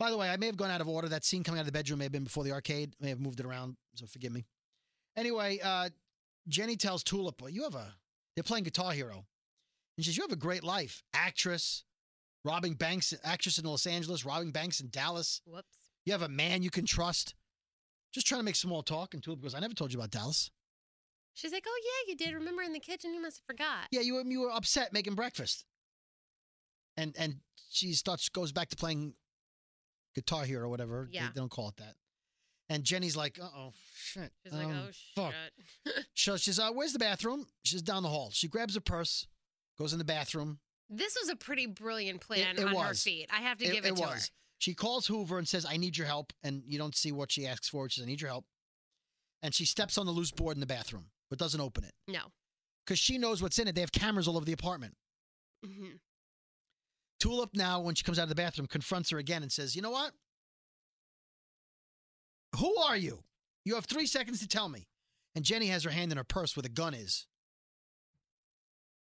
Speaker 2: By the way, I may have gone out of order. That scene coming out of the bedroom may have been before the arcade. I may have moved it around, so forgive me. Anyway, uh, Jenny tells Tulip, well, "You have a." They're playing Guitar Hero, and she says, "You have a great life, actress, robbing banks, actress in Los Angeles, robbing banks in Dallas.
Speaker 3: Whoops.
Speaker 2: You have a man you can trust." Just trying to make small talk, and Tulip goes, "I never told you about Dallas.
Speaker 3: She's like, "Oh yeah, you did. Remember in the kitchen? You must have forgot."
Speaker 2: Yeah, you were you were upset making breakfast. And and she starts goes back to playing Guitar Hero or whatever. They-
Speaker 3: Yeah.
Speaker 2: They, don't call it that. And Jenny's like, uh oh, shit.
Speaker 3: She's like,
Speaker 2: um,
Speaker 3: "Oh
Speaker 2: fuck."
Speaker 3: shit."
Speaker 2: So she's uh, where's the bathroom? She's down the hall. She grabs a purse, goes in the bathroom.
Speaker 3: this was a pretty brilliant plan
Speaker 2: it
Speaker 3: on her
Speaker 2: was.
Speaker 3: feet. I have to give it, to her.
Speaker 2: She calls Hoover and says, I need your help. And you don't see what she asks for. She says, I need your help. And she steps on the loose board in the bathroom, but doesn't open it.
Speaker 3: No.
Speaker 2: Because she knows what's in it. They have cameras all over the apartment.
Speaker 3: hmm
Speaker 2: Tulip now, when she comes out of the bathroom, confronts her again and says, You know what? Who are you? You have three seconds to tell me. And Jenny has her hand in her purse where the gun is.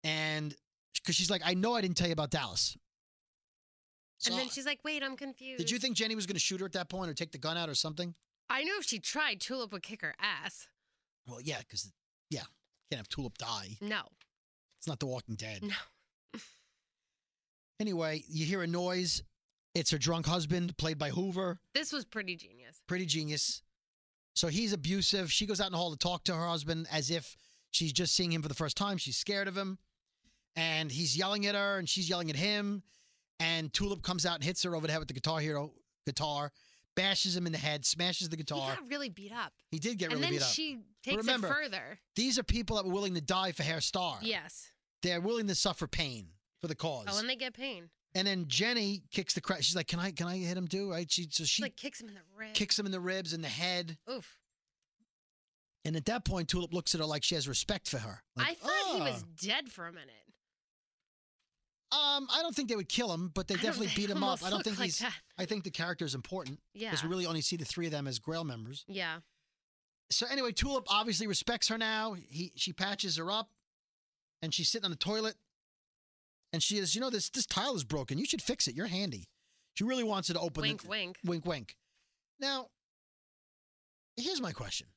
Speaker 2: And because she's like, I know I didn't tell you about Dallas. So, uh,
Speaker 3: and then she's like, "Wait, I'm confused."
Speaker 2: did you think Jenny was going to shoot her at that point or take the gun out or something?
Speaker 3: I knew if she tried, Tulip would kick her ass.
Speaker 2: Well, yeah, because, yeah, can't have Tulip die.
Speaker 3: No.
Speaker 2: It's not The Walking Dead.
Speaker 3: No.
Speaker 2: anyway, you hear a noise. It's her drunk husband, played by Hoover.
Speaker 3: This was pretty genius.
Speaker 2: pretty genius. So he's abusive. She goes out in the hall to talk to her husband as if she's just seeing him for the first time. She's scared of him. And he's yelling at her and she's yelling at him. And Tulip comes out and hits her over the head with the guitar hero guitar, bashes him in the head, smashes the guitar.
Speaker 3: He got really beat up.
Speaker 2: He did get
Speaker 3: and
Speaker 2: really
Speaker 3: then
Speaker 2: beat up.
Speaker 3: she takes
Speaker 2: remember-
Speaker 3: it further.
Speaker 2: These are people that were willing to die for Hair Star.
Speaker 3: Yes.
Speaker 2: They're willing to suffer pain for the cause.
Speaker 3: Oh,
Speaker 2: and,
Speaker 3: and they get pain.
Speaker 2: then Jenny kicks the crap. She's like, Can I can I hit him too? Right? She so
Speaker 3: She
Speaker 2: she
Speaker 3: like kicks him in the ribs.
Speaker 2: kicks him in the ribs and the head.
Speaker 3: Oof.
Speaker 2: And at that point, Tulip looks at her like she has respect for her. Like,
Speaker 3: I thought he was
Speaker 2: "Ah."
Speaker 3: dead for a minute.
Speaker 2: Um, I don't think they would kill him, but they
Speaker 3: I don't
Speaker 2: definitely
Speaker 3: think
Speaker 2: beat him up.
Speaker 3: almost
Speaker 2: I don't
Speaker 3: looked
Speaker 2: think
Speaker 3: like
Speaker 2: he's.
Speaker 3: that.
Speaker 2: I think the character is important
Speaker 3: Yeah.
Speaker 2: because we really only see the three of them as Grail members.
Speaker 3: yeah.
Speaker 2: So anyway, Tulip obviously respects her now. He she patches her up, and she's sitting on the toilet, and she is. You know this this tile is broken. You should fix it. You're handy. She really wants her to open.
Speaker 3: Wink,
Speaker 2: the,
Speaker 3: wink.
Speaker 2: wink, wink. Now, here's my question.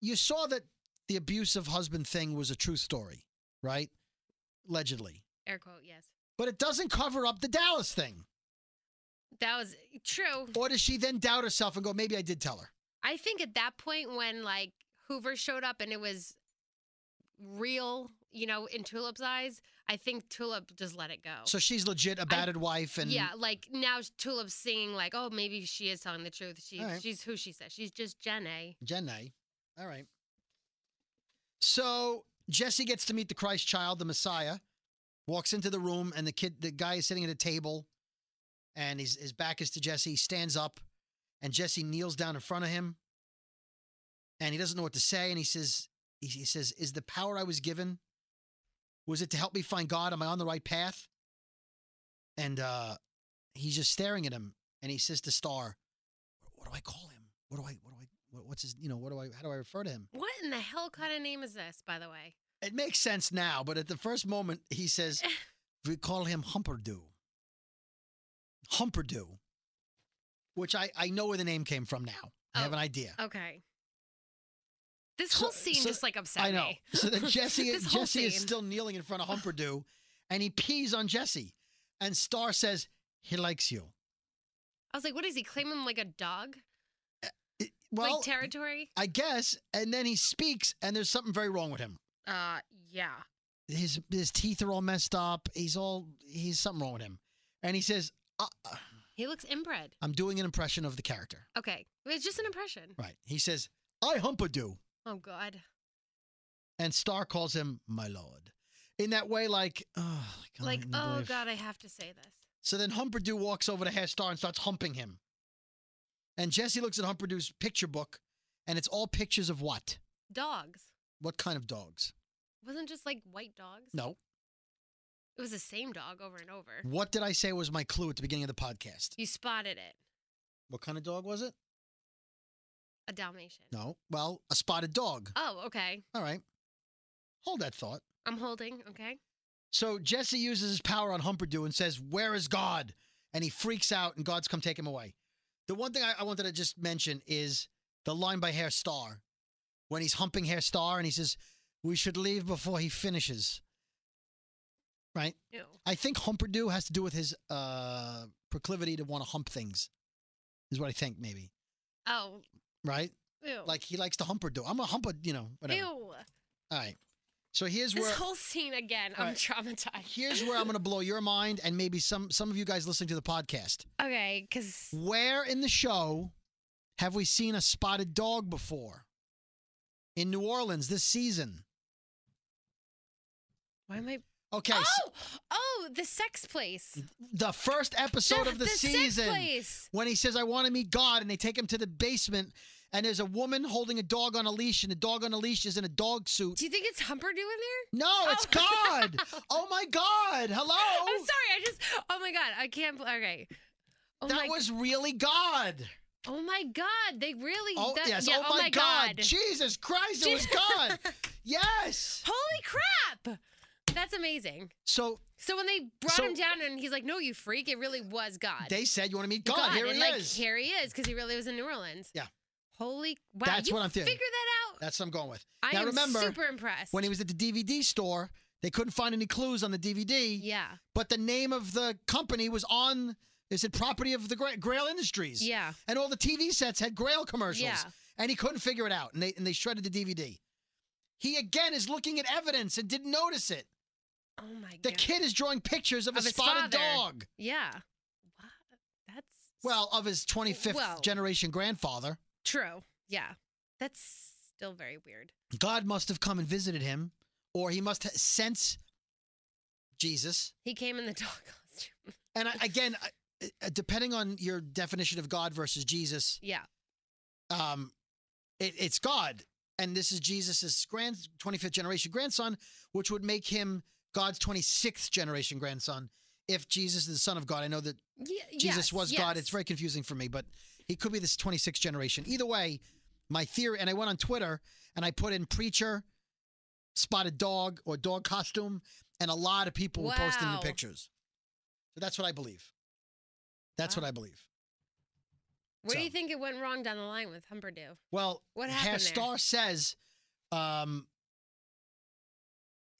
Speaker 2: You saw that the abusive husband thing was a true story, right? Allegedly.
Speaker 3: Air quote. Yes.
Speaker 2: But it doesn't cover up the Dallas thing.
Speaker 3: That was true.
Speaker 2: Or does she then doubt herself and go, maybe I did tell her?
Speaker 3: I think at that point when like Hoover showed up and it was real, you know, in Tulip's eyes, I think Tulip just let it go.
Speaker 2: So she's legit a battered wife and
Speaker 3: yeah, like now Tulip's seeing like, oh, maybe she is telling the truth. She
Speaker 2: All right.
Speaker 3: she's who she says. She's just Jen A.
Speaker 2: Jenny. All right. So Jesse gets to meet the Christ child, the Messiah, walks into the room, and the kid, the guy is sitting at a table, and his, his back is to Jesse. He stands up, and Jesse kneels down in front of him, and he doesn't know what to say, and he says, he, he says, "Is the power I was given, was it to help me find God? Am I on the right path?" And uh, he's just staring at him, and he says to Star, "What do I call him? What do I? What do I? What, what's his? You know, what do I? How do I refer to him?"
Speaker 3: What in the hell kind of name is this, by the way?
Speaker 2: It makes sense now, but at the first moment, he says, we call him Humperdew. Humperdew, which I, I know where the name came from now. I have
Speaker 3: Oh,
Speaker 2: an idea.
Speaker 3: Okay. This
Speaker 2: So-
Speaker 3: whole scene
Speaker 2: so-
Speaker 3: just like upset
Speaker 2: I know.
Speaker 3: me.
Speaker 2: So then Jesse,
Speaker 3: This whole
Speaker 2: Jesse is
Speaker 3: scene.
Speaker 2: still kneeling in front of Humperdew, and he pees on Jesse. And Star says, he likes you.
Speaker 3: I was like, what is he claiming him like a dog?
Speaker 2: It- well,
Speaker 3: like territory?
Speaker 2: I guess. And then he speaks, and there's something very wrong with him.
Speaker 3: Uh yeah.
Speaker 2: his his teeth are all messed up. He's all he's something wrong with him, and he says, uh, uh,
Speaker 3: He looks inbred.
Speaker 2: "I'm doing an impression of the character."
Speaker 3: Okay. It's just an impression.
Speaker 2: Right? He says, "I humpadoo,"
Speaker 3: Oh god.
Speaker 2: and Star calls him my lord, in that way, like, oh, I can't
Speaker 3: like,
Speaker 2: even
Speaker 3: oh
Speaker 2: believe-"
Speaker 3: god, I have to say this.
Speaker 2: So then Humperdew walks over to Hair Star and starts humping him, and Jesse looks at Humperdew's picture book, and it's all pictures of what?
Speaker 3: Dogs.
Speaker 2: What kind of dogs?
Speaker 3: Wasn't just like white dogs?
Speaker 2: No,
Speaker 3: It was the same dog over and over.
Speaker 2: What did I say was my clue at the beginning of the podcast?
Speaker 3: You spotted it.
Speaker 2: What kind of dog was it?
Speaker 3: A Dalmatian.
Speaker 2: No. Well, a spotted dog.
Speaker 3: Oh, okay.
Speaker 2: All right. Hold that thought.
Speaker 3: I'm holding. Okay.
Speaker 2: So Jesse uses his power on Humperdew and says, Where is God? And he freaks out, and God's come take him away. The one thing I, I wanted to just mention is the line by Hair Star when he's humping Hair Star and he says, We should leave before he finishes. Right?
Speaker 3: Ew.
Speaker 2: I think Humperdew has to do with his uh, proclivity to want to hump things, is what I think, maybe.
Speaker 3: Oh,
Speaker 2: Right?
Speaker 3: ew.
Speaker 2: Like he likes to humperdew. I'm a humper, you know, whatever.
Speaker 3: Oh. ew.
Speaker 2: All right. So here's
Speaker 3: This
Speaker 2: where
Speaker 3: whole scene again.
Speaker 2: All
Speaker 3: I'm
Speaker 2: right.
Speaker 3: traumatized.
Speaker 2: here's where I'm going to blow your mind and maybe some some of you guys listening to the podcast.
Speaker 3: Okay,
Speaker 2: Mm.
Speaker 3: because
Speaker 2: Where in the show have we seen a spotted dog before? In New Orleans this season.
Speaker 3: why am I?
Speaker 2: Okay, s-
Speaker 3: Oh, oh, the sex place.
Speaker 2: the first episode
Speaker 3: The-
Speaker 2: Mm, of the,
Speaker 3: the sex
Speaker 2: season
Speaker 3: place.
Speaker 2: when he says I want to meet God and they take him to the basement and there's a woman holding a dog on a leash and the dog on a leash is in a dog suit.
Speaker 3: Do you think it's Humperdew in there?
Speaker 2: No, it's God. Oh my God. Hello.
Speaker 3: I'm sorry. I just. Oh my god. I can't. bel- Okay. Oh
Speaker 2: that
Speaker 3: my.
Speaker 2: was really God.
Speaker 3: oh my god. They really.
Speaker 2: Oh
Speaker 3: that-
Speaker 2: yes.
Speaker 3: yeah,
Speaker 2: oh my, God. Jesus Christ, it was God. yes.
Speaker 3: Holy crap! That's amazing.
Speaker 2: So
Speaker 3: So when they brought
Speaker 2: So-
Speaker 3: him down and he's like, "No, you freak! It really was God."
Speaker 2: they said you want to meet God. Here
Speaker 3: and
Speaker 2: he
Speaker 3: like
Speaker 2: is.
Speaker 3: here he is because he really was in New Orleans.
Speaker 2: Yeah.
Speaker 3: Holy wow!
Speaker 2: That's
Speaker 3: you
Speaker 2: what I'm
Speaker 3: figure
Speaker 2: thinking.
Speaker 3: that out.
Speaker 2: That's what I'm going with.
Speaker 3: I
Speaker 2: now
Speaker 3: am
Speaker 2: remember
Speaker 3: super impressed.
Speaker 2: when he was at the DVD store, they couldn't find any clues on the DVD,
Speaker 3: yeah,
Speaker 2: but the name of the company was on. It said property of the Gra- Grail Industries.
Speaker 3: yeah,
Speaker 2: And all the TV sets had Grail commercials.
Speaker 3: yeah.
Speaker 2: and he couldn't figure it out and they and they shredded the DVD. He again is looking at evidence and didn't notice it.
Speaker 3: Oh my
Speaker 2: The
Speaker 3: god.
Speaker 2: kid is drawing pictures of,
Speaker 3: Of
Speaker 2: a
Speaker 3: his
Speaker 2: spotted
Speaker 3: father.
Speaker 2: dog.
Speaker 3: Yeah. Wow. That's
Speaker 2: Well, of his 25th
Speaker 3: Well-
Speaker 2: generation grandfather.
Speaker 3: true. Yeah. That's still very weird.
Speaker 2: God must have come and visited him or he must ha- sense Jesus.
Speaker 3: He came in the dog costume.
Speaker 2: And I, again, I, uh, depending on your definition of God versus Jesus,
Speaker 3: Yeah.
Speaker 2: um, it, it's God. And this is Jesus' grand 25th generation grandson, which would make him God's 26th generation grandson if Jesus is the son of God. I know that
Speaker 3: Ye-
Speaker 2: Jesus
Speaker 3: yes,
Speaker 2: was God.
Speaker 3: yes.
Speaker 2: It's very confusing for me, but he could be this 26th generation. Either way, my theory, and I went on Twitter and I put in preacher, spotted dog, or dog costume, and a lot of people were posting the
Speaker 3: Wow.
Speaker 2: pictures. So that's what I believe. That's what
Speaker 3: Wow.
Speaker 2: I believe.
Speaker 3: Where do you
Speaker 2: so.
Speaker 3: think it went wrong down the line with Humperdew?
Speaker 2: Well,
Speaker 3: What
Speaker 2: Hair
Speaker 3: happened there?
Speaker 2: Star says, um,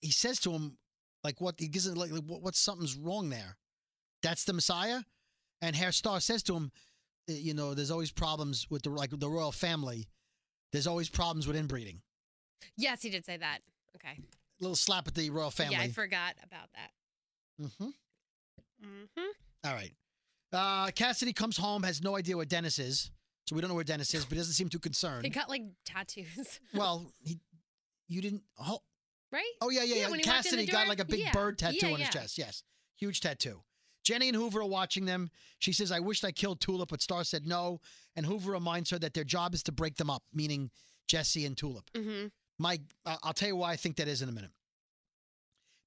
Speaker 2: he says to him, like, what he gives it, like, like, what, what something's wrong there. That's the Messiah. And Hair Star says to him, "Uh, you know, there's always problems with the like the royal family. There's always problems with inbreeding.
Speaker 3: Yes, he did say that. Okay.
Speaker 2: Little slap at the royal family.
Speaker 3: Yeah, I forgot about that.
Speaker 2: mm-hmm.
Speaker 3: Mm-hmm.
Speaker 2: All right. Uh, Cassidy comes home, has no idea where Dennis is, so we don't know where Dennis is, but he doesn't seem too concerned.
Speaker 3: He got like tattoos,
Speaker 2: well, he, you didn't. ho-
Speaker 3: right?
Speaker 2: Oh yeah, yeah,
Speaker 3: Yeah,
Speaker 2: yeah.
Speaker 3: when he walked in
Speaker 2: Cassidy
Speaker 3: the
Speaker 2: got
Speaker 3: door.
Speaker 2: like a big
Speaker 3: Yeah.
Speaker 2: bird tattoo
Speaker 3: Yeah,
Speaker 2: on his
Speaker 3: yeah.
Speaker 2: chest. Yes, huge tattoo. Jenny and Hoover are watching them. She says, "I wished I killed Tulip," but Star said no. And Hoover reminds her that their job is to break them up, meaning Jesse and Tulip.
Speaker 3: Mm-hmm.
Speaker 2: My, I- I'll tell you why I think that is in a minute.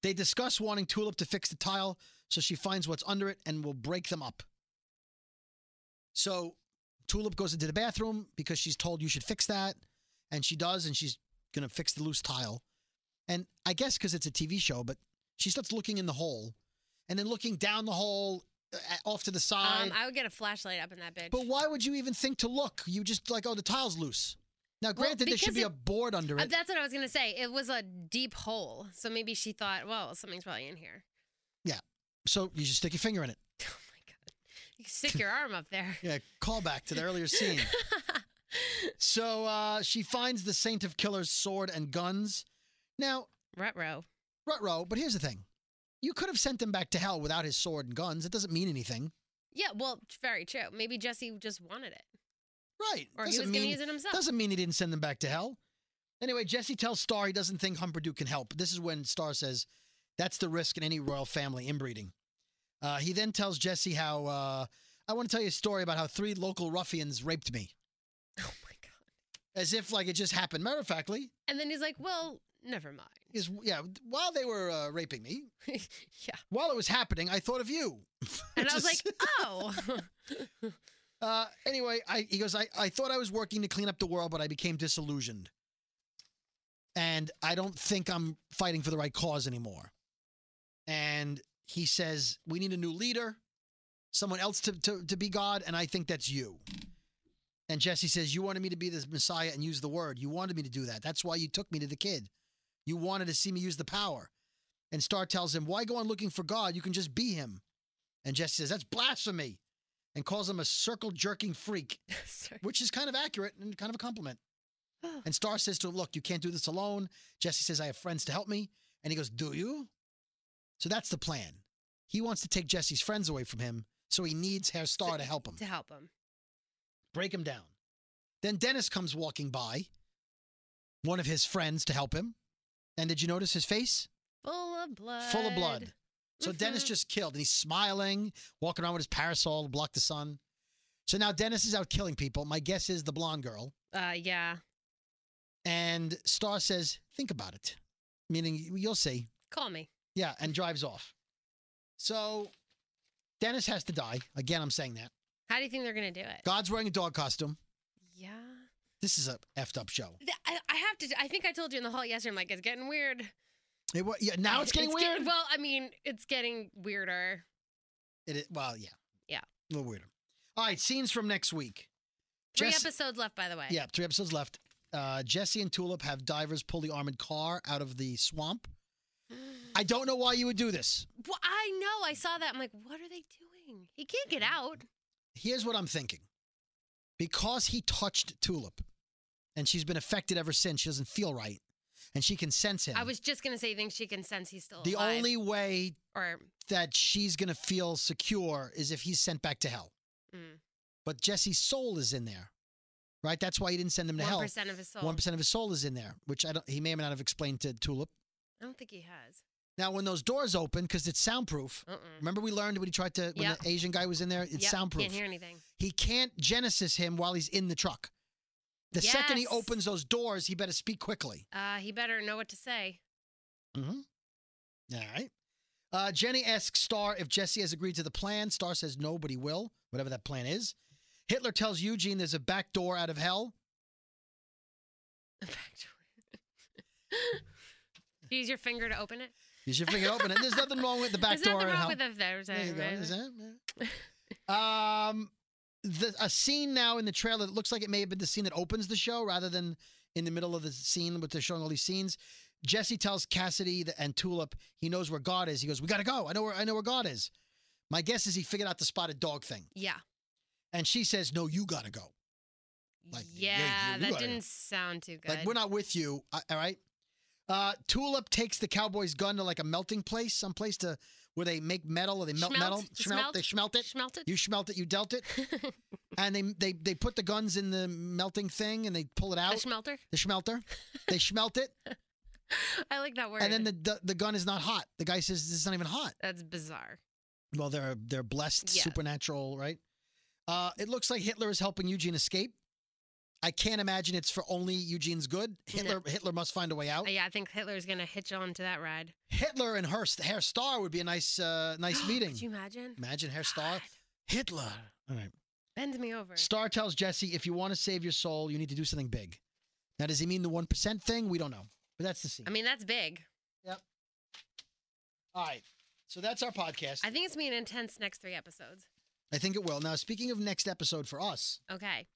Speaker 2: They discuss wanting Tulip to fix the tile so she finds what's under it and will break them up. So Tulip goes into the bathroom because she's told you should fix that. And she does, and she's going to fix the loose tile. And I guess because it's a TV show, but she starts looking in the hole and then looking down the hole uh, off to the side.
Speaker 3: Um, I would get a flashlight up in that bitch.
Speaker 2: but why would you even think to look? You just like, oh, the tile's loose. Now, granted, there should
Speaker 3: because
Speaker 2: be
Speaker 3: it-
Speaker 2: a board under
Speaker 3: Uh,
Speaker 2: it.
Speaker 3: That's what I was gonna say. It was a deep hole, so maybe she thought, "Well, something's probably in here."
Speaker 2: So you just stick your finger in it.
Speaker 3: Oh my god! You can stick your arm up there.
Speaker 2: Yeah, callback to the earlier scene. so uh, she finds the Saint of Killers sword and guns. Now,
Speaker 3: Rutro.
Speaker 2: Rutro, but here's the thing. You could have sent him back to hell without his sword and guns. It doesn't mean anything.
Speaker 3: Yeah, well, t- very true. Maybe Jesse just wanted it,
Speaker 2: Right.
Speaker 3: or he
Speaker 2: doesn't
Speaker 3: was
Speaker 2: mean,
Speaker 3: gonna use it himself.
Speaker 2: Doesn't mean he didn't send them back to hell. Anyway, Jesse tells Star he doesn't think Humperdew can help. This is when Star says that's the risk in any royal family inbreeding. Uh, he then tells Jesse how uh, I want to tell you a story about how three local ruffians raped me,
Speaker 3: Oh my god!
Speaker 2: as if like it just happened. Matter of factly,
Speaker 3: And then he's like, "Well, never mind.
Speaker 2: Is yeah, while they were uh, raping me,
Speaker 3: yeah.
Speaker 2: while it was happening, I thought of you.
Speaker 3: And I was like,
Speaker 2: Just-
Speaker 3: oh.
Speaker 2: uh, anyway, I, he goes, I, I thought I was working to clean up the world, but I became disillusioned. And I don't think I'm fighting for the right cause anymore. And he says, We need a new leader, someone else to, to, to be God, and I think that's you. And Jesse says, You wanted me to be this Messiah and use the word. You wanted me to do that. That's why you took me to the kid. You wanted to see me use the power. And Star tells him, Why go on looking for God? You can just be him. And Jesse says, That's blasphemy and calls him a circle jerking freak,
Speaker 3: Sorry.
Speaker 2: which is kind of accurate and kind of a compliment. And Star says to him, Look, you can't do this alone. Jesse says, I have friends to help me. And he goes, Do you? So that's the plan. He wants to take Jesse's friends away from him, so he needs Herr Star to help him,
Speaker 3: To help him.
Speaker 2: break him down. Then Dennis comes walking by, one of his friends to help him. And did you notice his face?
Speaker 3: Full of blood.
Speaker 2: full of blood. So Dennis
Speaker 3: Mhm.
Speaker 2: just killed, and he's smiling, walking around with his parasol to block the sun. So now Dennis is out killing people. My guess is the blonde girl.
Speaker 3: Uh, yeah.
Speaker 2: And Star says, "Think about it," meaning you'll see.
Speaker 3: Call me.
Speaker 2: Yeah, and drives off. So Dennis has to die again. I'm saying that
Speaker 3: How do you think they're going to do it?
Speaker 2: God's wearing a dog costume.
Speaker 3: Yeah.
Speaker 2: This is a effed up show.
Speaker 3: Th- I, I have to. I think I told you in the hall yesterday. I'm like, it's getting weird.
Speaker 2: It, wa- yeah, now it's getting weird.
Speaker 3: well, I mean, it's getting weirder.
Speaker 2: It is- well, yeah,
Speaker 3: Yeah.
Speaker 2: a little weirder. All right, scenes from next week.
Speaker 3: Three
Speaker 2: Jess-
Speaker 3: episodes left, by the way.
Speaker 2: Yeah, three episodes left. Uh, Jesse and Tulip have divers pull the armored car out of the swamp. I don't know why you would do this.
Speaker 3: Well, I know. I saw that. I'm like, what are they doing? He can't get out.
Speaker 2: Here's what I'm thinking because he touched Tulip and she's been affected ever since, she doesn't feel right and she can sense him.
Speaker 3: I was just gonna say, he thinks she can sense he's still
Speaker 2: the
Speaker 3: alive.
Speaker 2: only way
Speaker 3: or
Speaker 2: that she's going to feel secure is if he's sent back to hell.
Speaker 3: Mm.
Speaker 2: But Jesse's soul is in there, right? That's why he didn't send him to
Speaker 3: one
Speaker 2: hell.
Speaker 3: percent of his soul.
Speaker 2: 1% of his soul is in there, which I don't, he may or may not have explained to Tulip.
Speaker 3: I don't think he has.
Speaker 2: Now, when those doors open, because it's soundproof,
Speaker 3: Uh-uh.
Speaker 2: remember we learned when he tried to, when
Speaker 3: Yep.
Speaker 2: the Asian guy was in there, it's
Speaker 3: Yep,
Speaker 2: soundproof.
Speaker 3: Can't hear anything.
Speaker 2: He can't Genesis him while he's in the truck. The second he
Speaker 3: Yes.
Speaker 2: opens those doors, he better speak quickly.
Speaker 3: Uh, he better know what to say.
Speaker 2: Mm-hmm. All right. Uh, Jenny asks Star if Jesse has agreed to the plan. Star says nobody will, whatever that plan is. Hitler tells Eugene there's a back door out of hell.
Speaker 3: Back to- Use your finger to open it.
Speaker 2: You should figure open it. There's nothing wrong with the back
Speaker 3: There's
Speaker 2: door
Speaker 3: nothing
Speaker 2: in
Speaker 3: wrong
Speaker 2: hell.
Speaker 3: with if there's a-
Speaker 2: There you go. Is that- yeah. um, the, a scene now in the trailer that looks like it may have been the scene that opens the show rather than in the middle of the scene, but they're showing all these scenes. Jesse tells Cassidy th- and Tulip he knows where God is. He goes, "We gotta go. I know where I know where God is." My guess is he figured out the spotted dog thing,
Speaker 3: Yeah.
Speaker 2: and she says, "No, you gotta go. Like, yeah,
Speaker 3: yeah,
Speaker 2: you
Speaker 3: that
Speaker 2: gotta-
Speaker 3: didn't sound too good.
Speaker 2: Like we're not with you. I- all right." Uh, Tulip takes the cowboy's gun to like a melting place, some place to where they make metal or they melt
Speaker 3: Schmelt?
Speaker 2: metal.
Speaker 3: Smelt?
Speaker 2: They smelt it.
Speaker 3: Smelt it.
Speaker 2: You smelt it, you dealt it, and they they they put the guns in the melting thing and they pull it
Speaker 3: The
Speaker 2: out.
Speaker 3: schmelter.
Speaker 2: the schmelter, they smelt it,
Speaker 3: I like that word.
Speaker 2: and then the, the the gun is not hot. The guy says this is not even hot.
Speaker 3: that's bizarre.
Speaker 2: Well, they're they're blessed,
Speaker 3: Yeah.
Speaker 2: supernatural, right? Uh, it looks like Hitler is helping Eugene escape. I can't imagine it's for only Eugene's good. Hitler Hitler must find a way out.
Speaker 3: Uh, yeah, I think Hitler's gonna hitch on to that ride.
Speaker 2: Hitler and her Herr Star would be a nice uh, nice meeting.
Speaker 3: Could you imagine?
Speaker 2: Imagine Herr Star, Hitler. All right.
Speaker 3: Bend me over.
Speaker 2: Star tells Jesse, if you want to save your soul, you need to do something big. Now, does he mean the 1% thing? We don't know. But that's the scene.
Speaker 3: I mean, that's big.
Speaker 2: All right. So that's our podcast. I,
Speaker 3: I think it's gonna be an intense next three episodes.
Speaker 2: think it will. Now, speaking of next episode for us,
Speaker 3: Okay.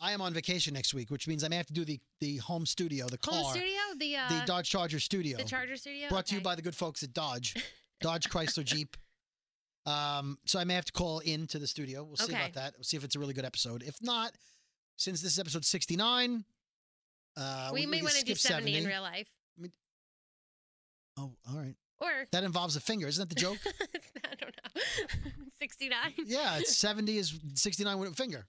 Speaker 2: I am on vacation next week, which means I may have to do the, the home studio, the
Speaker 3: Home
Speaker 2: car,
Speaker 3: studio, the uh,
Speaker 2: the Dodge Charger studio.
Speaker 3: the Charger studio.
Speaker 2: brought to you
Speaker 3: Okay.
Speaker 2: by the good folks at Dodge, Dodge Chrysler Jeep. Um, so I may have to call in to the studio. We'll see
Speaker 3: Okay.
Speaker 2: about that. We'll see if it's a really good episode. If not, since this is episode 69, uh,
Speaker 3: we, may
Speaker 2: can
Speaker 3: want to do
Speaker 2: skip
Speaker 3: 70, in real life,
Speaker 2: Oh, all right.
Speaker 3: or
Speaker 2: That involves a finger. Isn't that the joke?
Speaker 3: I don't know, sixty nine.
Speaker 2: yeah, it's 70 is 69 with a finger.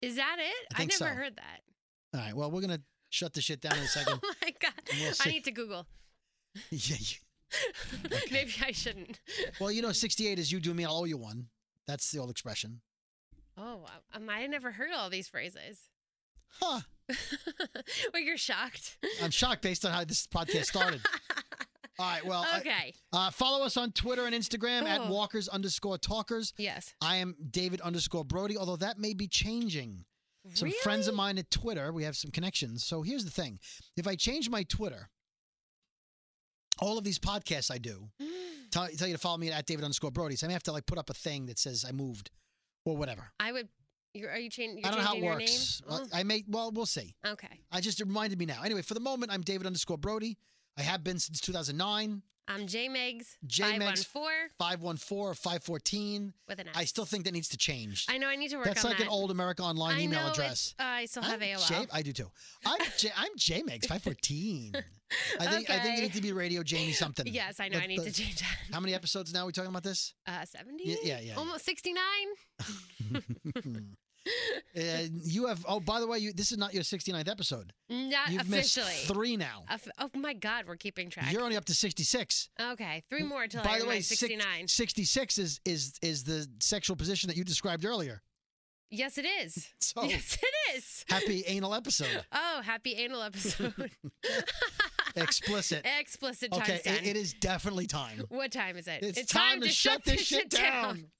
Speaker 3: Is that it?
Speaker 2: I think
Speaker 3: never
Speaker 2: so.
Speaker 3: heard that.
Speaker 2: All right. Well, we're going to shut the shit down in a second.
Speaker 3: Oh my god!
Speaker 2: We'll
Speaker 3: I
Speaker 2: see.
Speaker 3: need to Google.
Speaker 2: yeah. you-
Speaker 3: Maybe I shouldn't.
Speaker 2: Well, you know, 68 is you do me, I'll owe you one. That's the old expression.
Speaker 3: Oh, wow. um, I never heard all these phrases.
Speaker 2: Huh.
Speaker 3: well, you're shocked.
Speaker 2: I'm shocked based on how this podcast started. All right, well, I-
Speaker 3: okay.
Speaker 2: uh, follow us on Twitter and Instagram at
Speaker 3: Oh.
Speaker 2: walkers underscore talkers.
Speaker 3: yes.
Speaker 2: I am David underscore Brody, although that may be changing. Some friends of
Speaker 3: Really?
Speaker 2: mine at Twitter, we have some connections. So here's the thing if I change my Twitter, all of these podcasts I do tell, tell you to follow me at David underscore Brody. So I may have to like put up a thing that says I moved or whatever.
Speaker 3: I would. You're, are you changing?
Speaker 2: I don't know how it
Speaker 3: your
Speaker 2: works.
Speaker 3: Name?
Speaker 2: I I may, well, we'll see.
Speaker 3: Oh, okay.
Speaker 2: I just it reminded me now. Anyway, for the moment, I'm David underscore Brody. I have been since 2009,
Speaker 3: I'm Um, J Megs.
Speaker 2: J Megs-
Speaker 3: 514
Speaker 2: 514 or 514.
Speaker 3: with an S.
Speaker 2: I still think that needs to change.
Speaker 3: I know I need to work
Speaker 2: That's
Speaker 3: on
Speaker 2: like
Speaker 3: that.
Speaker 2: an old America Online
Speaker 3: I
Speaker 2: email
Speaker 3: know
Speaker 2: address.
Speaker 3: it's- Uh, I still have
Speaker 2: I'm
Speaker 3: AOL.
Speaker 2: J- I do too. I'm J- I'm JMegs 514. I think I think you
Speaker 3: Okay.
Speaker 2: need to be Radio Jamie something.
Speaker 3: yes, I know.
Speaker 2: The-
Speaker 3: I need
Speaker 2: the-
Speaker 3: to change that.
Speaker 2: How many episodes now are we talking about this?
Speaker 3: Uh, 70?
Speaker 2: yeah, yeah, yeah.
Speaker 3: Almost 69?
Speaker 2: Uh, you have oh by the way, you this is not your 69th episode.
Speaker 3: Not
Speaker 2: You've
Speaker 3: Uh, officially.
Speaker 2: missed 3 now.
Speaker 3: Of- oh my God, we're keeping track.
Speaker 2: You're only up to 66.
Speaker 3: okay, three more till I
Speaker 2: By
Speaker 3: hit
Speaker 2: the
Speaker 3: my
Speaker 2: way, six-
Speaker 3: 69.
Speaker 2: 66 is is is the sexual position that you described earlier.
Speaker 3: yes, it is.
Speaker 2: So
Speaker 3: Yes, it is.
Speaker 2: happy anal episode.
Speaker 3: Oh, happy anal episode.
Speaker 2: Explicit.
Speaker 3: Explicit times
Speaker 2: okay,
Speaker 3: 10.
Speaker 2: it, it is definitely time.
Speaker 3: what time is it?
Speaker 2: It's, time, to shut this shit down.